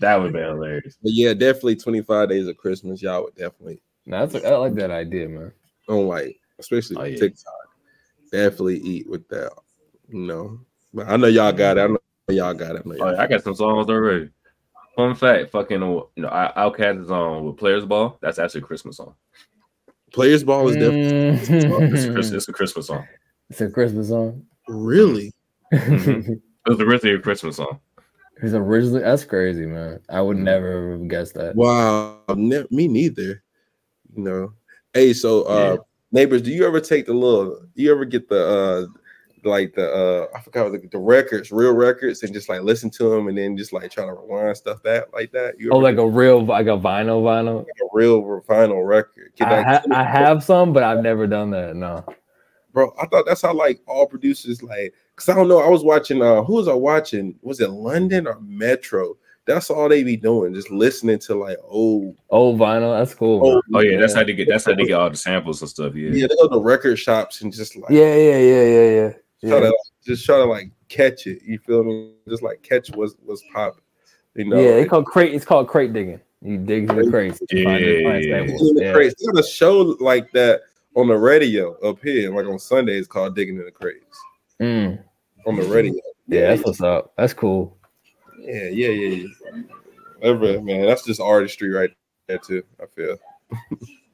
Speaker 2: That would be hilarious.
Speaker 1: But yeah, definitely twenty five days of Christmas. Y'all would definitely.
Speaker 3: No, that's I like that idea, man.
Speaker 1: On like, especially oh, yeah. TikTok, definitely eat with that. You know, but I know y'all got it. I know y'all got it. I,
Speaker 2: oh, I got some songs already. Fun fact, fucking, you know, Outcast is on with Players Ball. That's actually a Christmas song.
Speaker 1: Players Ball is definitely
Speaker 2: mm-hmm. it's, a Christmas, it's a Christmas song.
Speaker 3: It's a Christmas song.
Speaker 1: Really?
Speaker 2: mm-hmm. It was originally a Christmas song.
Speaker 3: He's originally that's crazy, man. I would
Speaker 2: Mm-hmm.
Speaker 3: never have guessed that.
Speaker 1: Wow, ne- me neither. You know, hey, so uh,
Speaker 2: Yeah.
Speaker 1: neighbors, do you ever take the little? You ever get the uh, like the uh, I forgot what the, the records, real records, and just like listen to them, and then just like try to rewind stuff that like that. You
Speaker 3: Oh,
Speaker 1: ever
Speaker 3: like a real like a vinyl vinyl.
Speaker 1: get a real vinyl record? Get
Speaker 3: I,
Speaker 1: that-
Speaker 3: ha- I have some, but I've never done that. No.
Speaker 1: bro. I thought that's how like all producers like because I don't know. I was watching uh who was I watching? Was it London or Metro? That's all they be doing, just listening to like old.
Speaker 3: Old vinyl, that's cool. man.
Speaker 1: old
Speaker 2: Oh yeah, that's how they get. That's how they get all the samples and stuff. Yeah.
Speaker 1: yeah. They go to record shops and just like
Speaker 4: Yeah, yeah, yeah, yeah, yeah.
Speaker 1: try to
Speaker 4: Yeah,
Speaker 1: like, just try to like catch it. You feel me? Just like catch what's what's popping. You know,
Speaker 3: yeah, it's called crate. It's called crate digging. You dig the crates. to find the plant
Speaker 2: Yeah.
Speaker 1: It's
Speaker 3: samples.
Speaker 1: in the
Speaker 3: Yeah.
Speaker 1: crates. They got a show like that on the radio up here, like on Sundays, called "Digging in the Crates"
Speaker 3: Mm.
Speaker 1: on the radio.
Speaker 3: yeah, that's what's up. That's cool.
Speaker 1: yeah, yeah, yeah. yeah. Whatever, man. That's just artistry right there too. I feel.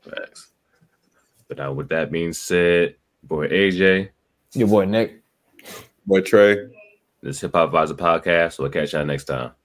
Speaker 2: Facts. But now, with that being said, boy AJ,
Speaker 3: Your boy Nick.
Speaker 1: But Trey.
Speaker 2: this Hip Hop Visor podcast. We'll catch y'all next time.